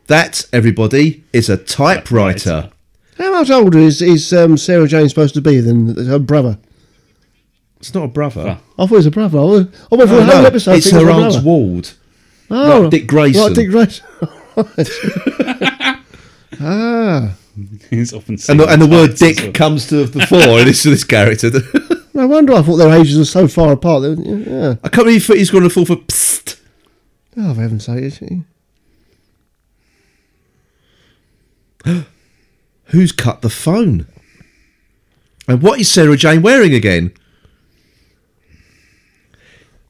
[SPEAKER 1] That, everybody, is a typewriter.
[SPEAKER 3] How much older is, is um, Sarah Jane supposed to be than her brother?
[SPEAKER 1] It's not a brother.
[SPEAKER 3] I thought it was a brother. I was- I went for
[SPEAKER 1] No,
[SPEAKER 3] a whole
[SPEAKER 1] no,
[SPEAKER 3] episode.
[SPEAKER 1] it's
[SPEAKER 3] thinking it
[SPEAKER 1] her
[SPEAKER 3] was a
[SPEAKER 1] aunt's
[SPEAKER 3] brother.
[SPEAKER 1] ward.
[SPEAKER 3] Oh,
[SPEAKER 1] Dick
[SPEAKER 3] Right,
[SPEAKER 1] Grayson.
[SPEAKER 3] Dick Grayson. ah,
[SPEAKER 4] It's often seen
[SPEAKER 1] And the, and the
[SPEAKER 4] on
[SPEAKER 1] word
[SPEAKER 4] charts as well.
[SPEAKER 1] dick comes to the fore in this, this character.
[SPEAKER 3] no wonder I thought their ages were so far apart. They were- Yeah.
[SPEAKER 1] I can't believe he's going to fall for psst.
[SPEAKER 3] Oh, for heaven's sake, is she?
[SPEAKER 1] Who's cut the phone? And what is Sarah Jane wearing again?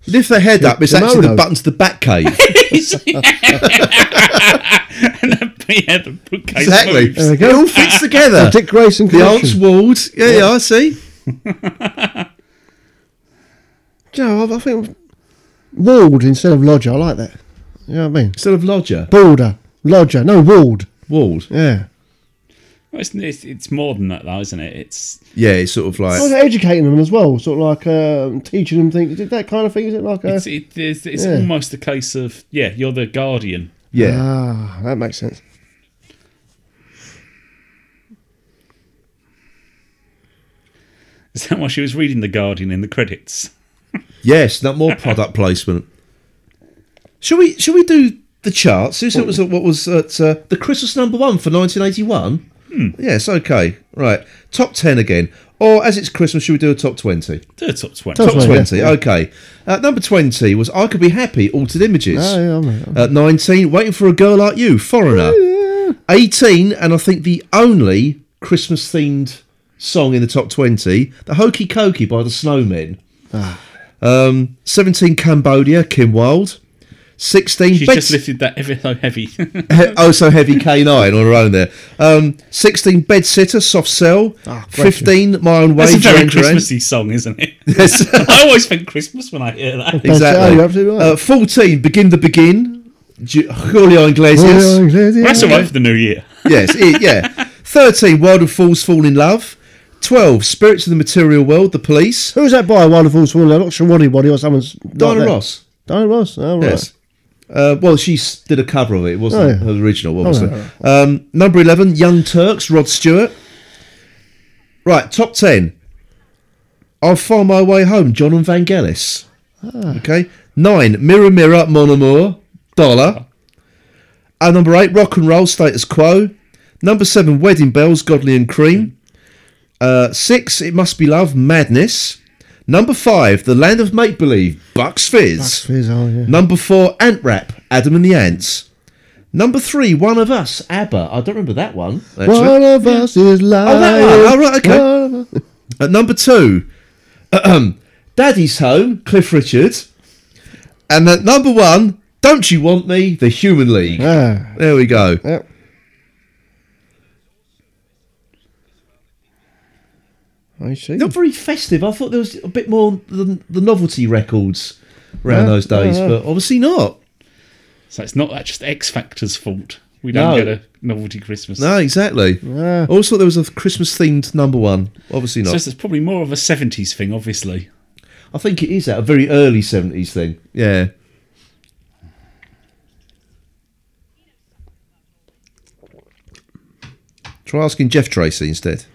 [SPEAKER 1] Lift the head up, it's actually the
[SPEAKER 3] Kimono.
[SPEAKER 1] button to the back cave.
[SPEAKER 4] and the, yeah, the bookcase
[SPEAKER 1] exactly.
[SPEAKER 4] moves.
[SPEAKER 3] we
[SPEAKER 1] It
[SPEAKER 3] go.
[SPEAKER 1] all fits together.
[SPEAKER 3] Dick Grayson
[SPEAKER 1] Uh, the aunt's
[SPEAKER 3] connection.
[SPEAKER 1] walled. Yeah, yeah, I see.
[SPEAKER 3] Joe, I, I think Walled instead of Lodger. I like that. You know what I mean?
[SPEAKER 1] Instead of lodger,
[SPEAKER 3] Balder, Lodger. No, Walled.
[SPEAKER 1] walled.
[SPEAKER 3] Yeah.
[SPEAKER 4] Well, It's, it's, it's more than that, though, isn't it? It's
[SPEAKER 1] Yeah, it's sort of
[SPEAKER 3] I was
[SPEAKER 1] like
[SPEAKER 3] educating them as well, sort of like um, teaching them things. Is it that kind of thing? Is it like a.
[SPEAKER 4] it's, it, it's, it's
[SPEAKER 3] Yeah.
[SPEAKER 4] almost a case of yeah, you're the guardian.
[SPEAKER 1] yeah.
[SPEAKER 3] Ah, that makes sense.
[SPEAKER 4] Is that why she was reading the Guardian in the credits?
[SPEAKER 1] Yes, not more product placement. Should we should we do the charts? This was what was at uh, the Christmas number one for 1981. Yes, okay, right. Top ten again, or as it's Christmas, should we do a top twenty?
[SPEAKER 4] Do a top twenty.
[SPEAKER 3] Top
[SPEAKER 1] Top
[SPEAKER 3] 20, yeah,
[SPEAKER 1] twenty,
[SPEAKER 3] yeah.
[SPEAKER 1] okay. Uh, number twenty was "I Could Be Happy" altered images.
[SPEAKER 3] Oh, yeah, I'm, I'm,
[SPEAKER 1] At nineteen, "Waiting for a Girl Like You" foreigner. Eighteen, and I think the only Christmas themed song in the top twenty, "The Hokey Cokey" by the Snowmen.
[SPEAKER 4] Ah.
[SPEAKER 1] Um, 17 Cambodia, Kim Wilde. 16
[SPEAKER 4] She's
[SPEAKER 1] Bed-
[SPEAKER 4] just lifted that ever so heavy.
[SPEAKER 1] he- oh so heavy K9 on her own there. Um, 16 Bed Sitter, Soft Cell. 15 My Own Way.
[SPEAKER 4] Ah, That's a very
[SPEAKER 1] Duran Duran.
[SPEAKER 4] Christmassy song, isn't it?
[SPEAKER 1] Yes,
[SPEAKER 4] I always think Christmas when I hear that.
[SPEAKER 1] exactly.
[SPEAKER 3] Oh, you're absolutely right.
[SPEAKER 1] Uh, 14 Begin the Begin, Ju- Julio Iglesias.
[SPEAKER 3] Yes.
[SPEAKER 4] That's all right for the new year.
[SPEAKER 1] yes, it, yeah. 13. World of Fools Fall in Love. 12. Spirits of the Material World, The Police.
[SPEAKER 3] Who's that by? Wonderful Swan. I'm not sure what he was. Or someone's
[SPEAKER 1] Diana
[SPEAKER 3] like that.
[SPEAKER 1] Ross.
[SPEAKER 3] Diana Ross. Oh, right.
[SPEAKER 1] Yes. Uh, well, she s- did a cover of it. It wasn't
[SPEAKER 3] Oh,
[SPEAKER 1] her original, obviously.
[SPEAKER 3] right,
[SPEAKER 1] Um, number 11, Young Turks, Rod Stewart. Right, top 10. I'll Find My Way Home, John and Vangelis.
[SPEAKER 3] Ah.
[SPEAKER 1] Okay. Nine, Mirror Mirror, Mon Amour, Dollar. Uh, number eight, Rock and Roll, Status Quo. Number seven, Wedding Bells, Godley and Cream. Uh, six, It Must Be Love, Madness. Number five, The Land of Make Believe, Bucks Fizz.
[SPEAKER 3] Fizz, oh, yeah.
[SPEAKER 1] Number four, Ant Rap, Adam and the Ants. Number three, One of Us, ABBA. I don't remember that one. Actually.
[SPEAKER 3] One of us is lying.
[SPEAKER 1] that one. Oh, right, okay.
[SPEAKER 3] One of us-
[SPEAKER 1] At number two, Daddy's Home, Cliff Richard. And at number one, Don't You Want Me, The Human League.
[SPEAKER 3] Ah,
[SPEAKER 1] There we go.
[SPEAKER 3] yep. I see.
[SPEAKER 1] Not very festive. I thought there was a bit more than the novelty records around
[SPEAKER 3] Yeah,
[SPEAKER 1] those days,
[SPEAKER 3] yeah, yeah.
[SPEAKER 1] but obviously not.
[SPEAKER 4] So it's not that just X Factor's fault. We don't
[SPEAKER 1] No.
[SPEAKER 4] get a novelty Christmas.
[SPEAKER 1] No, exactly.
[SPEAKER 3] Yeah.
[SPEAKER 1] I always thought there was a Christmas themed number one. Obviously
[SPEAKER 4] So
[SPEAKER 1] not.
[SPEAKER 4] it's probably more of a 70s thing, obviously.
[SPEAKER 1] I think it is that, a very early 70s thing. Yeah. Try asking Jeff Tracy instead.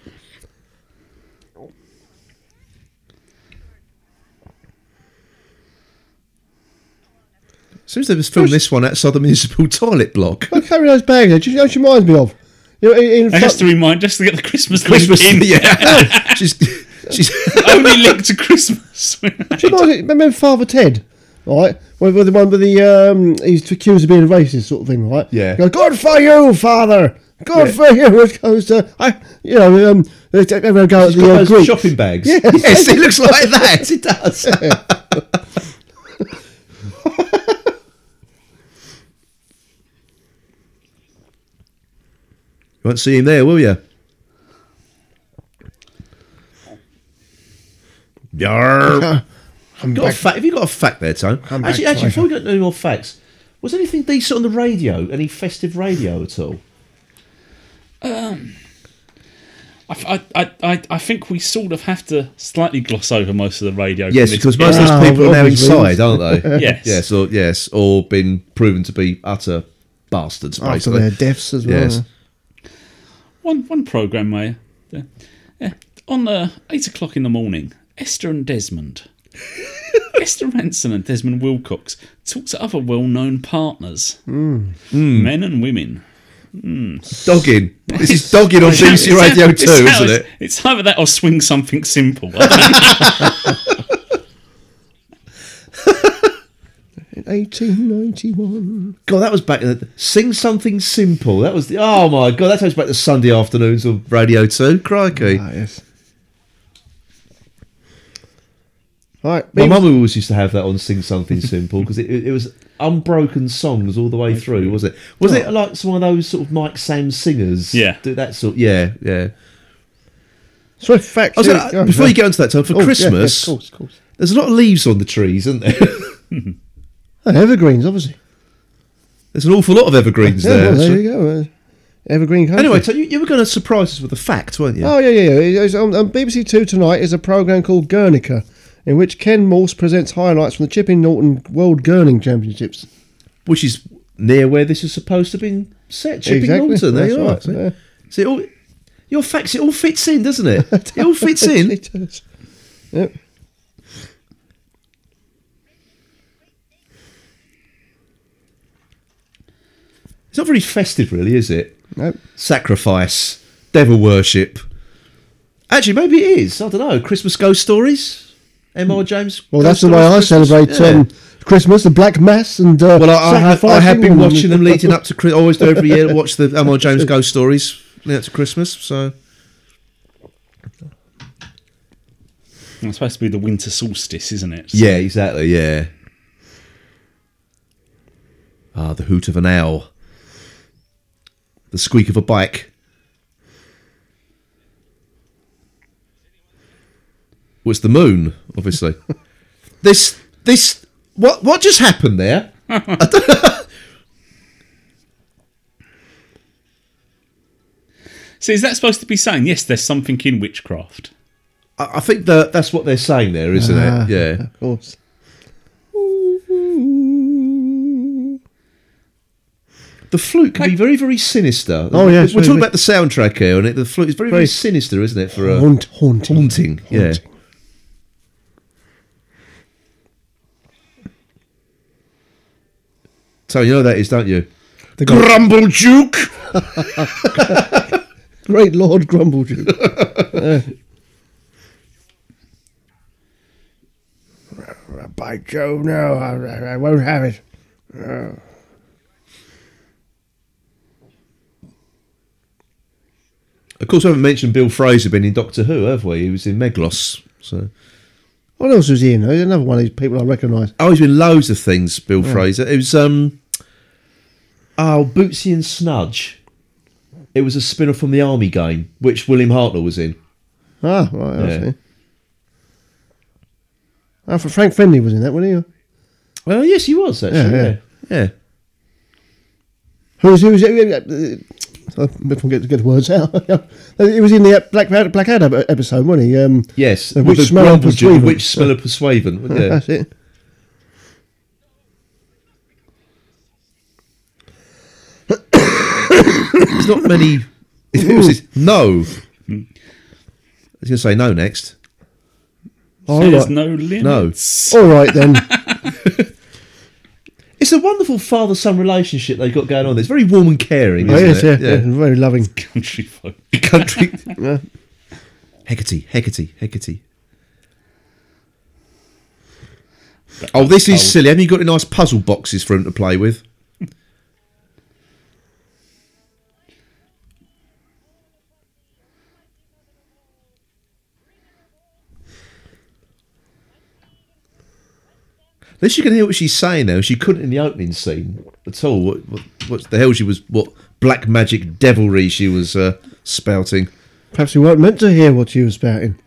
[SPEAKER 1] Seems they was filming this one outside the municipal toilet block.
[SPEAKER 3] I carry those bags. there. Do you know what she reminds me of? You know, in, in
[SPEAKER 4] It has
[SPEAKER 3] fact,
[SPEAKER 4] to remind us to get the Christmas,
[SPEAKER 1] Christmas,
[SPEAKER 4] link in.
[SPEAKER 1] yeah. she's, she's
[SPEAKER 4] Only linked to Christmas.
[SPEAKER 3] she reminds me, remember Father Ted? Right, with, with the one with the um, he's accused of being racist, sort of thing, right?
[SPEAKER 1] Yeah.
[SPEAKER 3] He goes, Good for you, father. Good for you. It goes to I, you know, um, they take- everyone go at
[SPEAKER 1] got
[SPEAKER 3] the uh,
[SPEAKER 1] those
[SPEAKER 3] Greek.
[SPEAKER 1] shopping bags.
[SPEAKER 3] Yeah.
[SPEAKER 1] Yes, it looks like that. It does. You won't see him there, will you? Yarp. Got a fact. Have you got a fact there, Tone?
[SPEAKER 3] back
[SPEAKER 1] Actually,
[SPEAKER 3] to
[SPEAKER 1] actually,
[SPEAKER 3] life.
[SPEAKER 1] before we get any more facts, was there anything decent on the radio? Any festive radio at all?
[SPEAKER 4] Um, I, I, I, I think we sort of have to slightly gloss over most of the radio. Uh,
[SPEAKER 1] Yes,
[SPEAKER 4] from
[SPEAKER 1] because
[SPEAKER 4] this
[SPEAKER 1] most of
[SPEAKER 3] Yeah.
[SPEAKER 1] those people are now
[SPEAKER 3] Obviously.
[SPEAKER 1] inside, aren't they?
[SPEAKER 4] Yes.
[SPEAKER 1] Yes, or yes, or been proven to be utter bastards,
[SPEAKER 3] after Oh.
[SPEAKER 1] basically.
[SPEAKER 3] their deaths as well.
[SPEAKER 1] Yes.
[SPEAKER 4] One one program, Mayor. Yeah. Yeah. On uh, eight o'clock in the morning, Esther and Desmond. Esther Ranson and Desmond Wilcox talk to other well-known partners,
[SPEAKER 1] Hmm.
[SPEAKER 4] men and women.
[SPEAKER 1] Dogging. This is dogging on BBC Radio 2, isn't it?
[SPEAKER 4] It's either that or swing something simple. I
[SPEAKER 3] In 1891.
[SPEAKER 1] God, that was back in the. Sing Something Simple. That was the. Oh my God, that takes back to Sunday afternoons of Radio 2. Crikey.
[SPEAKER 3] Ah, yes. Right,
[SPEAKER 1] My mum always used to have that on Sing Something Simple because it, it, it was unbroken songs all the way through, was it? Was it like some of those sort of Mike Sam singers?
[SPEAKER 4] Yeah.
[SPEAKER 1] Do that sort. Yeah, yeah.
[SPEAKER 3] sorry, fact.
[SPEAKER 1] I was
[SPEAKER 3] check.
[SPEAKER 1] gonna-
[SPEAKER 3] Yeah,
[SPEAKER 1] before
[SPEAKER 3] yeah.
[SPEAKER 1] you get onto that, Tom, for
[SPEAKER 3] Oh, yeah, yeah,
[SPEAKER 1] Christmas,
[SPEAKER 3] of course, of course.
[SPEAKER 1] there's a lot of leaves on the trees, isn't there?
[SPEAKER 3] And Oh, evergreens, obviously.
[SPEAKER 1] there's an awful lot of evergreens
[SPEAKER 3] Yeah,
[SPEAKER 1] there.
[SPEAKER 3] well, there you go. uh, evergreen country.
[SPEAKER 1] Anyway, so you, you were going to surprise us with a fact, weren't you?
[SPEAKER 3] Oh yeah, yeah, yeah. It's on, on BBC Two tonight is a program called Guernica, in which Ken Morse presents highlights from the Chipping Norton World Gurning Championships.
[SPEAKER 1] Which is near where this is supposed to be set. Chipping Norton, there
[SPEAKER 3] That's
[SPEAKER 1] you are. See?
[SPEAKER 3] yeah.
[SPEAKER 1] So it all, your facts, it all fits in, doesn't it? It all fits in.
[SPEAKER 3] It does. Yep.
[SPEAKER 1] It's not very festive, really, is it?
[SPEAKER 3] Nope.
[SPEAKER 1] Sacrifice, devil worship. Actually, maybe it is. I don't know. Christmas ghost stories. M.R. James.
[SPEAKER 3] Well,
[SPEAKER 1] ghost
[SPEAKER 3] that's the way I
[SPEAKER 1] stories, Christmas?
[SPEAKER 3] celebrate
[SPEAKER 1] Yeah.
[SPEAKER 3] um, Christmas, the Black Mass, and uh,
[SPEAKER 1] Well, I, I have I have
[SPEAKER 3] sacrificing
[SPEAKER 1] been
[SPEAKER 3] and-
[SPEAKER 1] watching them leading up to Christmas. Always do every year. Watch the Elmore James ghost stories leading up to Christmas. So
[SPEAKER 4] am supposed to be the winter solstice, isn't it? So-
[SPEAKER 1] yeah, exactly. Yeah. Ah, the hoot of an owl, the squeak of a bike. Was the moon obviously? this this what what just happened there?
[SPEAKER 4] So is that supposed to be saying yes? There's something in witchcraft.
[SPEAKER 1] I, I think that that's what they're saying there, isn't
[SPEAKER 3] Ah,
[SPEAKER 1] it? Yeah.
[SPEAKER 3] Of course.
[SPEAKER 1] The flute can be very, very sinister.
[SPEAKER 3] Oh, yeah,
[SPEAKER 1] We're
[SPEAKER 3] it's very-
[SPEAKER 1] talking about the soundtrack here, and it, the flute is very, very sinister, isn't it? For a
[SPEAKER 3] Haunt, haunting.
[SPEAKER 1] uh, haunting, yeah.
[SPEAKER 3] Haunting.
[SPEAKER 1] So you know that is, don't you?
[SPEAKER 3] The great,
[SPEAKER 1] Grumble Duke.
[SPEAKER 3] great Lord grumbled you. Uh, By Jove, no, I, I won't have it.
[SPEAKER 1] Of course, I haven't mentioned Bill Fraser being in Doctor Who, have we? He was in Meglos. So
[SPEAKER 3] What else was he in? There's another one of these people I recognise.
[SPEAKER 1] oh, he's been loads of things. Bill Fraser. It was um, oh Bootsy and Snudge. It was a spin-off from the Army game, which William Hartnell was in.
[SPEAKER 3] Ah, right,
[SPEAKER 1] Yeah.
[SPEAKER 3] I see. Ah, for Frank Friendly was in that, wasn't he?
[SPEAKER 1] Well, Oh, yes, he was actually.
[SPEAKER 3] Yeah, yeah.
[SPEAKER 1] Yeah, yeah.
[SPEAKER 3] Who was, who was, uh, if I get, get the words out. he was in the uh, Black, Black Adam episode, wasn't he? Um,
[SPEAKER 1] Yes,
[SPEAKER 3] The
[SPEAKER 1] with
[SPEAKER 3] witch
[SPEAKER 1] the
[SPEAKER 3] smell of
[SPEAKER 1] grumble Duke,
[SPEAKER 3] Persuasion.
[SPEAKER 1] Witch smell of persuasion. Yeah.
[SPEAKER 3] That's it.
[SPEAKER 1] There's not many. If it was his- no. I was going to say no next. Oh,
[SPEAKER 3] All
[SPEAKER 4] There's
[SPEAKER 3] right.
[SPEAKER 4] no limits.
[SPEAKER 3] All right then.
[SPEAKER 1] It's a wonderful father-son relationship they've got going on. there. It's very warm and caring.
[SPEAKER 3] Oh,
[SPEAKER 1] Isn't
[SPEAKER 3] yes, yeah,
[SPEAKER 1] it?
[SPEAKER 3] yeah, very loving.
[SPEAKER 4] Country folk.
[SPEAKER 1] country. Hecate, Hecate, Hecate. Oh, this is silly. Haven't you got any nice puzzle boxes for him to play with? At least you can hear what she's saying now. She couldn't in the opening scene at all. What, what, what the hell she was, what black magic devilry she was uh, spouting.
[SPEAKER 3] Perhaps we weren't meant to hear what you were spouting.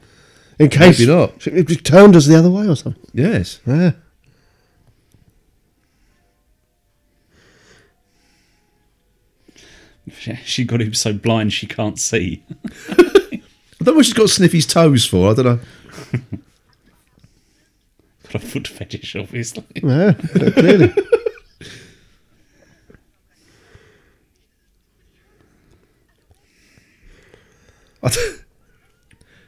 [SPEAKER 3] In case
[SPEAKER 1] Maybe not.
[SPEAKER 3] it just turned us the other way or something.
[SPEAKER 1] Yes.
[SPEAKER 3] Yeah.
[SPEAKER 4] She got him so blind she can't see.
[SPEAKER 1] I don't know what she's got to sniff his toes for. I don't know.
[SPEAKER 4] Got a foot fetish, obviously.
[SPEAKER 3] Yeah, clearly.
[SPEAKER 1] I don't-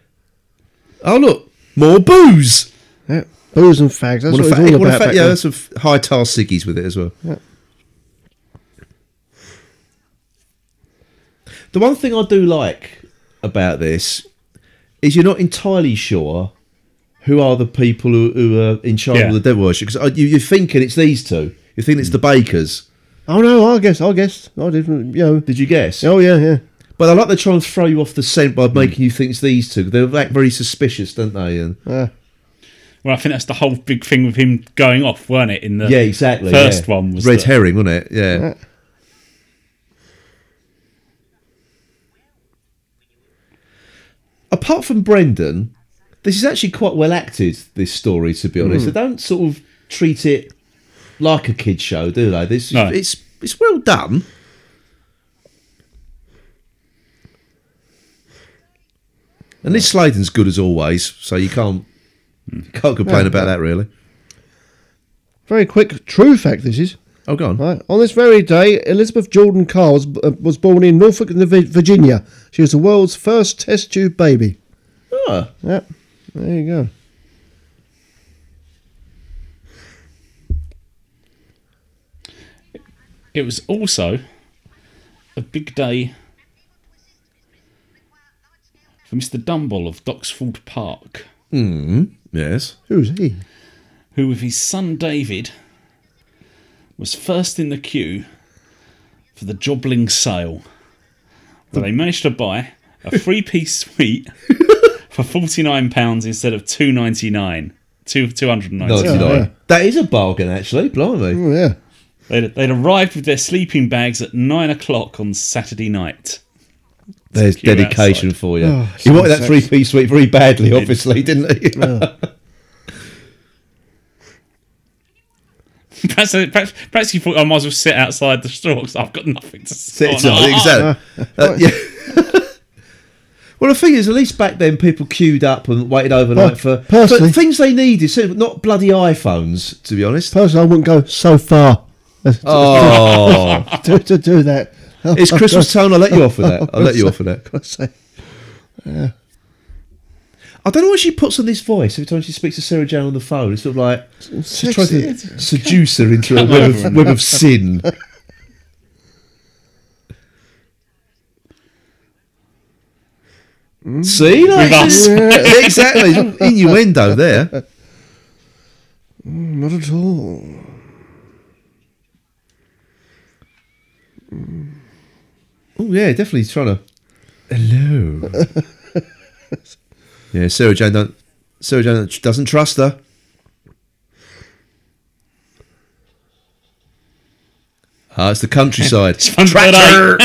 [SPEAKER 1] oh look, more booze.
[SPEAKER 3] Yeah. Booze and fags. That's
[SPEAKER 1] What
[SPEAKER 3] what,
[SPEAKER 1] a
[SPEAKER 3] it's
[SPEAKER 1] fa-
[SPEAKER 3] all
[SPEAKER 1] what a
[SPEAKER 3] about.
[SPEAKER 1] fa-
[SPEAKER 3] back
[SPEAKER 1] yeah,
[SPEAKER 3] then.
[SPEAKER 1] that's some f- high tar ciggies with it as well.
[SPEAKER 3] Yeah.
[SPEAKER 1] The one thing I do like about this is you're not entirely sure who are the people who, who are in charge
[SPEAKER 4] Yeah.
[SPEAKER 1] of the devil worship because you, you're thinking it's these two. You're thinking it's the Bakers.
[SPEAKER 3] Oh no, I guess, I guess, I did. You know.
[SPEAKER 1] Did you guess?
[SPEAKER 3] Oh yeah, yeah.
[SPEAKER 1] But I like they try and throw you off the scent by making you think it's these two. They're like very suspicious, don't they? And
[SPEAKER 4] Well, I think that's the whole big thing with him going off, weren't it? In the
[SPEAKER 1] yeah, exactly.
[SPEAKER 4] First
[SPEAKER 1] yeah.
[SPEAKER 4] one was
[SPEAKER 1] red
[SPEAKER 4] the-
[SPEAKER 1] herring, wasn't it? Yeah.
[SPEAKER 3] Yeah.
[SPEAKER 1] Apart from Brendan, this is actually quite well acted. This story, to be honest, they don't sort of treat it like a kid show, do they? This
[SPEAKER 4] No.
[SPEAKER 1] it's it's well done. And this Sladen's good as always, so you can't
[SPEAKER 4] Hmm.
[SPEAKER 1] you can't complain about that really.
[SPEAKER 3] Very quick, true fact. This is
[SPEAKER 1] Oh, go on.
[SPEAKER 3] right. On this very day, Elizabeth Jordan Carr was, uh, was born in Norfolk, Vi- Virginia. She was the world's first test tube baby.
[SPEAKER 1] Ah,
[SPEAKER 3] Yeah, there you go.
[SPEAKER 4] It was also a big day for Mr. Dumble of Doxford Park,
[SPEAKER 1] yes.
[SPEAKER 3] Who's he?
[SPEAKER 4] who, with his son David, was first in the queue for the Jobling sale. Where they managed to buy a three piece suite for £49 instead of two ninety nine. Two two hundred and ninety.
[SPEAKER 1] Ninety nine.
[SPEAKER 3] yeah.
[SPEAKER 1] That is a bargain, actually. Blimey.
[SPEAKER 3] Oh yeah.
[SPEAKER 4] They'd, they'd arrived with their sleeping bags at nine o'clock on Saturday night.
[SPEAKER 1] There's
[SPEAKER 4] Queue
[SPEAKER 1] dedication for you.
[SPEAKER 3] Oh,
[SPEAKER 1] he wanted that
[SPEAKER 3] so
[SPEAKER 1] three piece suite very badly, obviously, didn't he?
[SPEAKER 4] Perhaps, perhaps, perhaps you thought I might as well sit outside the store because I've got nothing to
[SPEAKER 1] Sit
[SPEAKER 4] sit
[SPEAKER 1] it up, exactly. Uh, yeah. Well, the thing is, at least back then, people queued up and waited overnight
[SPEAKER 3] Well,
[SPEAKER 1] for
[SPEAKER 3] personally-
[SPEAKER 1] but things they needed, so not bloody iPhones, to be honest.
[SPEAKER 3] Personally, I wouldn't go so far as to,
[SPEAKER 1] Oh,
[SPEAKER 3] to, to do that.
[SPEAKER 1] it's Christmas time. I'll let you off with that. I'll let you off with that.
[SPEAKER 3] I say,
[SPEAKER 1] I don't know what she puts on this voice every time she speaks to Sarah Jane on the phone. It's sort of like she's trying to seduce her into a web of, web of sin. See, like,
[SPEAKER 4] Mm. With us.
[SPEAKER 1] exactly innuendo there.
[SPEAKER 3] Not at all.
[SPEAKER 1] Oh yeah, definitely trying to. Hello. yeah, Sarah Jane don't. Sarah Jane doesn't trust her. Ah, it's the countryside.
[SPEAKER 4] Tractor!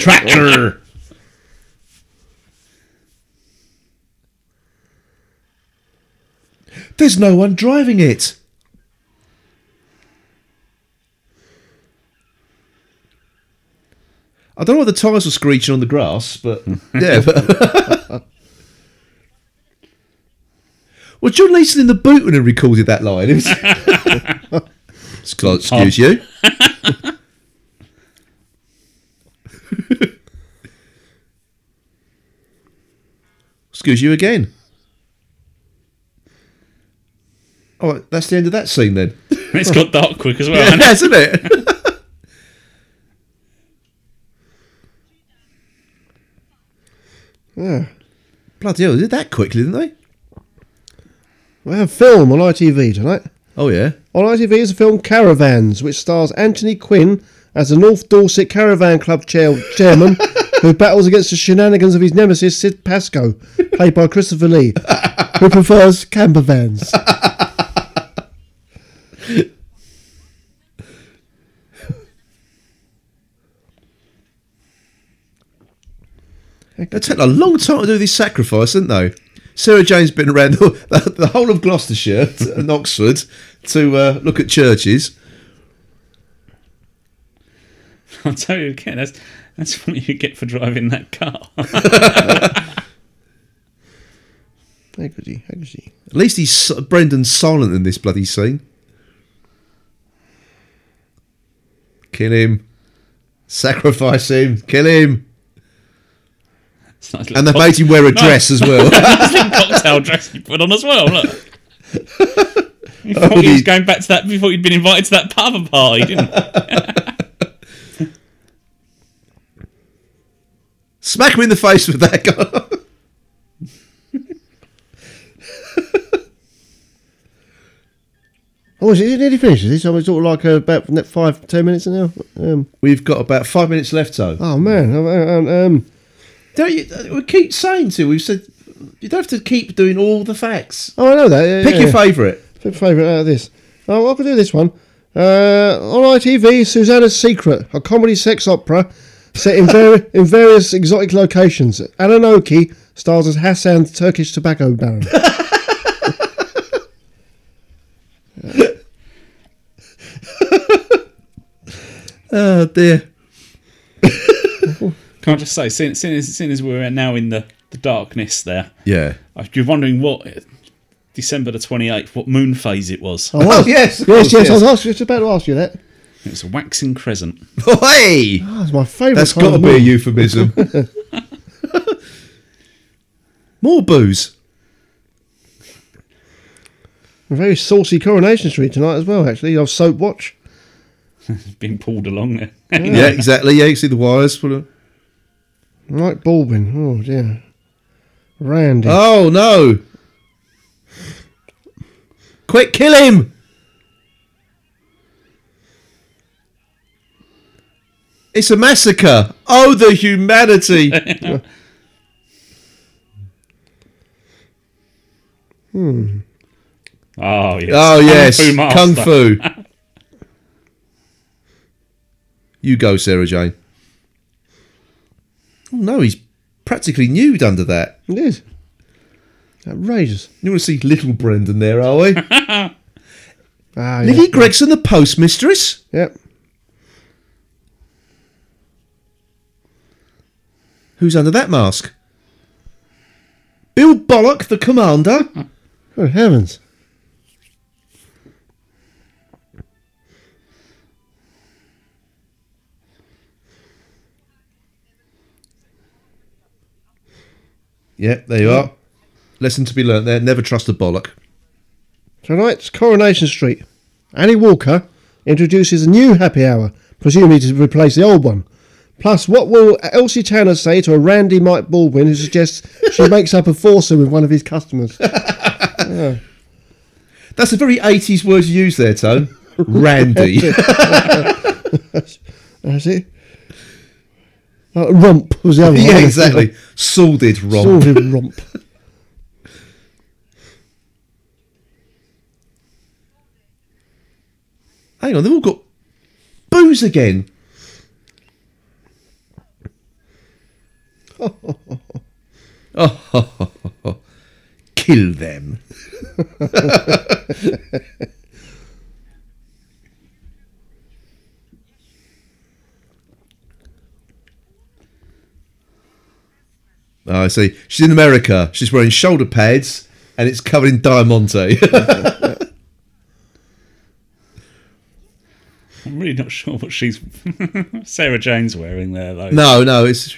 [SPEAKER 1] Tractor. There's no one driving it. I don't know what the tyres were screeching on the grass, but yeah. but- well, John Leeson in the boot when he recorded that line. It was- It's clo- Excuse you. Excuse you again. Oh, that's the end of that scene then.
[SPEAKER 4] It's got dark quick as well.
[SPEAKER 1] Yeah,
[SPEAKER 4] hasn't it?
[SPEAKER 1] isn't it?
[SPEAKER 3] Yeah.
[SPEAKER 1] Bloody hell, they did that quickly, didn't they?
[SPEAKER 3] We have film on ITV tonight.
[SPEAKER 1] Oh, yeah.
[SPEAKER 3] On ITV is the film Caravans, which stars Anthony Quinn as the North Dorset Caravan Club chair- chairman who battles against the shenanigans of his nemesis Sid Pascoe, played by Christopher Lee, who prefers camper vans.
[SPEAKER 1] They took a long time to do this sacrifice, didn't they? Sarah Jane's been around the, the whole of Gloucestershire and Oxford to uh, look at churches.
[SPEAKER 4] I'll tell you again, that's, that's what you get for driving that car.
[SPEAKER 3] How could he? How could she?
[SPEAKER 1] At least he's si- Brendan's silent in this bloody scene. Kill him. Sacrifice him. Kill him.
[SPEAKER 4] It's a Oh, nice
[SPEAKER 1] And
[SPEAKER 4] little
[SPEAKER 1] they made him wear a dress as well.
[SPEAKER 4] cocktail dress you put on as well. Look. You thought
[SPEAKER 1] Oh,
[SPEAKER 4] he was
[SPEAKER 1] he-
[SPEAKER 4] going back to that before you'd been invited to that pub and party, didn't you?
[SPEAKER 1] Smack him in the face with that guy.
[SPEAKER 3] Oh, is it, is it nearly finished? Is this? I was sort of like uh, about net five, ten minutes now. Um,
[SPEAKER 1] We've got about five minutes left, though.
[SPEAKER 3] oh man, um, um,
[SPEAKER 1] Don't you? uh, We keep saying to you, we've said you don't have to keep doing all the facts.
[SPEAKER 3] oh, I know that. Yeah,
[SPEAKER 1] Pick
[SPEAKER 3] yeah,
[SPEAKER 1] your
[SPEAKER 3] yeah.
[SPEAKER 1] favourite.
[SPEAKER 3] Pick your favourite out of this. Oh, I could do this one. Uh, on ITV, Susanna's Secret, a comedy sex opera set in, vari- in various exotic locations. Alan Oki stars as Hassan, Turkish tobacco baron.
[SPEAKER 1] Oh dear.
[SPEAKER 4] Can I just say, seeing, seeing, as, seeing as we're now in the, the darkness there,
[SPEAKER 1] Yeah.
[SPEAKER 4] if you're wondering what uh, December the 28th, what moon phase it was.
[SPEAKER 3] I was.
[SPEAKER 1] Oh, yes, of
[SPEAKER 3] yes,
[SPEAKER 1] course,
[SPEAKER 3] yes, I
[SPEAKER 1] yes.
[SPEAKER 3] was ask- just about to ask you that.
[SPEAKER 4] It was a waxing crescent.
[SPEAKER 1] Oh, hey,
[SPEAKER 3] Oh, that's my favourite.
[SPEAKER 1] that's
[SPEAKER 3] kind
[SPEAKER 1] got to
[SPEAKER 3] of
[SPEAKER 1] be a
[SPEAKER 3] movie.
[SPEAKER 1] euphemism. More booze.
[SPEAKER 3] A very saucy Coronation Street tonight as well. Actually, of soap watch.
[SPEAKER 4] Being pulled along there. Yeah.
[SPEAKER 1] Yeah, exactly. Yeah, you see the wires. full of-
[SPEAKER 3] Mike Baldwin. Oh dear. Randy.
[SPEAKER 1] Oh no! Quick, kill him! It's a massacre. Oh, the humanity!
[SPEAKER 4] Hmm. Oh, yes.
[SPEAKER 1] Oh yes,
[SPEAKER 4] Fu Master.
[SPEAKER 1] kung fu. you go, Sarah Jane. Oh no, he's practically nude under that.
[SPEAKER 3] It is. Outrageous.
[SPEAKER 1] You want to see little Brendan there, are we?
[SPEAKER 3] Ah, yeah.
[SPEAKER 1] Lily Gregson, the postmistress.
[SPEAKER 3] Yep.
[SPEAKER 1] Who's under that mask? Bill Bollock, the commander.
[SPEAKER 3] Good heavens.
[SPEAKER 1] Yeah, there you are. Lesson to be learnt there. Never trust a bollock.
[SPEAKER 3] Tonight's Coronation Street. Annie Walker introduces a new happy hour, presumably to replace the old one. Plus, what will Elsie Tanner say to a randy Mike Baldwin who suggests she makes up a foursome with one of his customers?
[SPEAKER 1] That's a very 80s word you use there, Tone. Randy.
[SPEAKER 3] That's it. Uh, romp was the other
[SPEAKER 1] yeah,
[SPEAKER 3] one.
[SPEAKER 1] exactly. Sordid romp.
[SPEAKER 3] Sordid romp.
[SPEAKER 1] Hang on, they've all got booze again. Kill them. Oh, I see. She's in America. She's wearing shoulder pads and it's covered in diamante.
[SPEAKER 4] I'm really not sure what she's Sarah Jane's wearing there though.
[SPEAKER 1] no, no, it's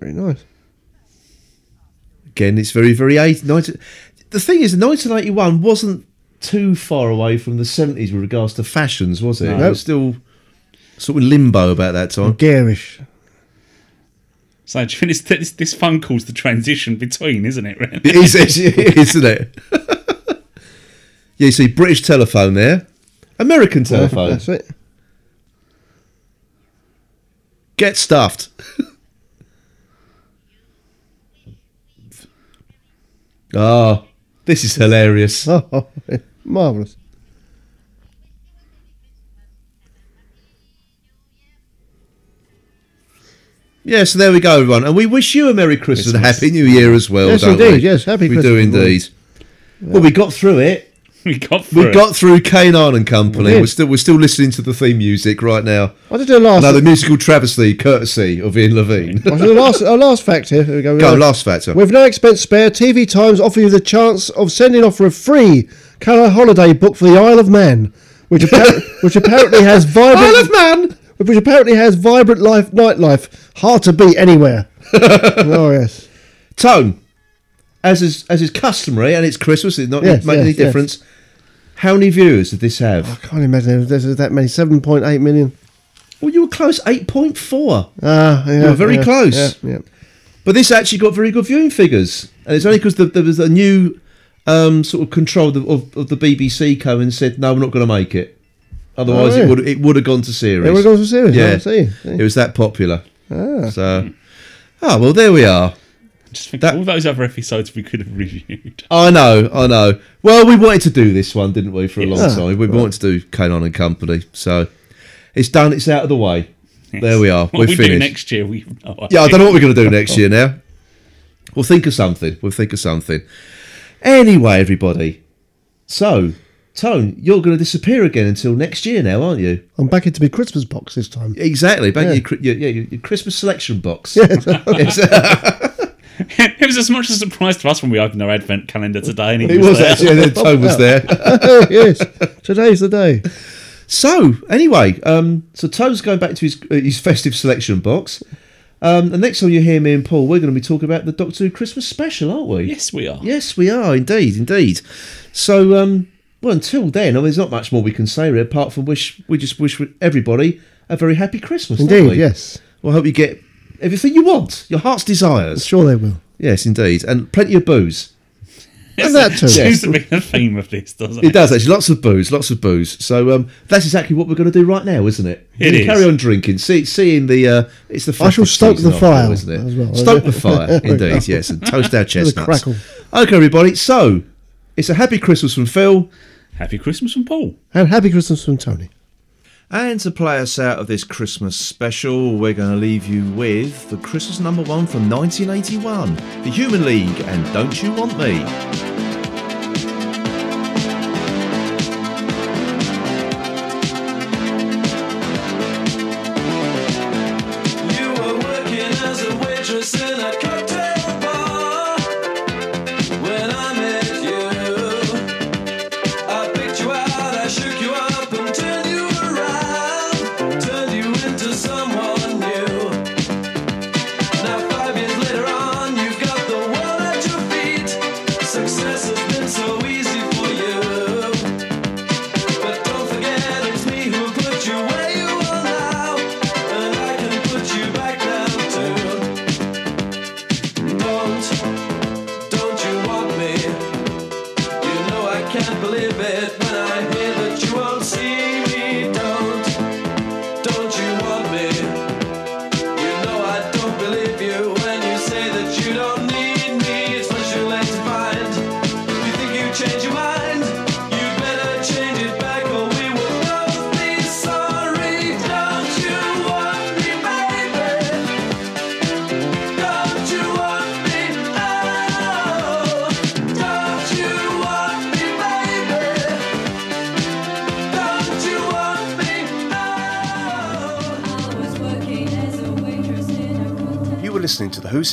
[SPEAKER 3] Very nice.
[SPEAKER 1] again, it's very, very 80, 90. The thing is, 1981 wasn't too far away from the 70s with regards to fashions, was it? It was still sort of in limbo about that time.
[SPEAKER 3] Garish.
[SPEAKER 4] So do you think it's- this, this phone call's the transition between, isn't it? Really?
[SPEAKER 1] It is, is, isn't it? yeah, you see, British telephone there, American telephone.
[SPEAKER 3] That's it.
[SPEAKER 1] Get stuffed. oh, this is hilarious.
[SPEAKER 3] Oh, marvellous.
[SPEAKER 1] Yeah, so there we go, everyone. And we wish you a Merry Christmas, and a Happy New Year as well,
[SPEAKER 3] Yes,
[SPEAKER 1] don't
[SPEAKER 3] indeed.
[SPEAKER 1] we?
[SPEAKER 3] Yes, Happy
[SPEAKER 1] we
[SPEAKER 3] Christmas,
[SPEAKER 1] do
[SPEAKER 3] everyone.
[SPEAKER 1] indeed. Well, we got through it.
[SPEAKER 4] we got
[SPEAKER 1] We
[SPEAKER 4] through. it.
[SPEAKER 1] got through Canaan and Company.
[SPEAKER 3] did.
[SPEAKER 1] We're still, we're still listening to the theme music right now.
[SPEAKER 3] I did do a last.
[SPEAKER 1] No, the musical travesty, courtesy of Ian Levine.
[SPEAKER 3] I did a last, a last fact here. Here we go.
[SPEAKER 1] go, last factor.
[SPEAKER 3] With no expense spare, TV Times offer you the chance of sending off for a free colour holiday book for the Isle of Man, which, appar- which apparently has vibrant
[SPEAKER 1] Isle of Man!
[SPEAKER 3] which apparently has vibrant life nightlife, hard to beat anywhere. oh yes,
[SPEAKER 1] Tone, as is, as is customary, and it's Christmas, it's not
[SPEAKER 3] Yes,
[SPEAKER 1] make
[SPEAKER 3] yes,
[SPEAKER 1] any
[SPEAKER 3] yes. Oh.
[SPEAKER 1] difference. How many viewers did this
[SPEAKER 3] I
[SPEAKER 1] have?
[SPEAKER 3] can't imagine if there's that many. Seven point eight million.
[SPEAKER 1] Well, you were close, 8.4.
[SPEAKER 3] Ah, yeah,
[SPEAKER 1] You're very
[SPEAKER 3] yeah,
[SPEAKER 1] close.
[SPEAKER 3] Yeah, yeah.
[SPEAKER 1] But this actually got very good viewing figures, and it's only because the, there was a new um, sort of control of, of, of the BBC come and said, "No, we're not going to make it." Otherwise,
[SPEAKER 3] Oh, yeah.
[SPEAKER 1] it would it would have gone to series.
[SPEAKER 3] It would have gone to series,
[SPEAKER 1] Yeah,
[SPEAKER 3] I see, see.
[SPEAKER 1] it was that popular. So, ah, well, there we are.
[SPEAKER 4] Just think
[SPEAKER 1] That-
[SPEAKER 4] all those other episodes we could have reviewed.
[SPEAKER 1] I know, I know. Well, we wanted to do this one, didn't we? For a long
[SPEAKER 3] Ah,
[SPEAKER 1] time, we wanted to do Canon and Company. So, it's done. It's out of the way. There we are.
[SPEAKER 4] What
[SPEAKER 1] we're
[SPEAKER 4] we
[SPEAKER 1] finished.
[SPEAKER 4] do next year, we have no
[SPEAKER 1] Yeah, I
[SPEAKER 4] idea.
[SPEAKER 1] don't know what we're going to do next year now. We'll think of something. We'll think of something. Anyway, everybody. So, Tone, you're going to disappear again until next year now, aren't you?
[SPEAKER 3] I'm back into my Christmas box this time.
[SPEAKER 1] Exactly. Back
[SPEAKER 3] Yeah.
[SPEAKER 1] in your, Chri- your, yeah, your, your Christmas selection box. Yes.
[SPEAKER 4] it was as much a surprise to us when we opened our advent calendar today. And he
[SPEAKER 1] it
[SPEAKER 4] was,
[SPEAKER 1] was
[SPEAKER 4] there.
[SPEAKER 1] actually, and then Tone was there.
[SPEAKER 3] yes, today's the day.
[SPEAKER 1] So, anyway, um, so Toad's going back to his uh, his festive selection box. Um, the next time you hear me and Paul, we're going to be talking about the Doctor Who Christmas special, aren't we?
[SPEAKER 4] Yes, we are.
[SPEAKER 1] Yes, we are indeed, indeed. So, um, well, until then, I mean, there's not much more we can say really, apart from wish we just wish everybody a very happy Christmas. don't
[SPEAKER 3] Indeed,
[SPEAKER 1] we?
[SPEAKER 3] yes.
[SPEAKER 1] Well, I hope you get everything you want, your heart's desires.
[SPEAKER 3] Sure they will.
[SPEAKER 1] Yes, indeed, and plenty of booze.
[SPEAKER 3] And that too.
[SPEAKER 4] Seems to be the theme of this, doesn't it?
[SPEAKER 1] It does actually, lots of booze, lots of booze. So um, that's exactly what we're going to do right now, isn't it?
[SPEAKER 4] It
[SPEAKER 1] You
[SPEAKER 4] is.
[SPEAKER 1] Carry on drinking. See, seeing the uh, it's the.
[SPEAKER 3] I shall
[SPEAKER 1] festive
[SPEAKER 3] stoke
[SPEAKER 1] season
[SPEAKER 3] the
[SPEAKER 1] after all,
[SPEAKER 3] fire
[SPEAKER 1] isn't it?
[SPEAKER 3] as well.
[SPEAKER 1] Stoke the fire, indeed. Yes, and toast our chestnuts.
[SPEAKER 3] crackle.
[SPEAKER 1] Okay, everybody. So it's a happy Christmas from Phil.
[SPEAKER 4] Happy Christmas from Paul.
[SPEAKER 3] And happy Christmas from Tony.
[SPEAKER 1] And to play us out of this Christmas special, we're going to leave you with the Christmas number one from 1981, The Human League, and Don't You Want Me.
[SPEAKER 6] You were working as a waitress in a cocktail bar.
[SPEAKER 1] listening to the Who's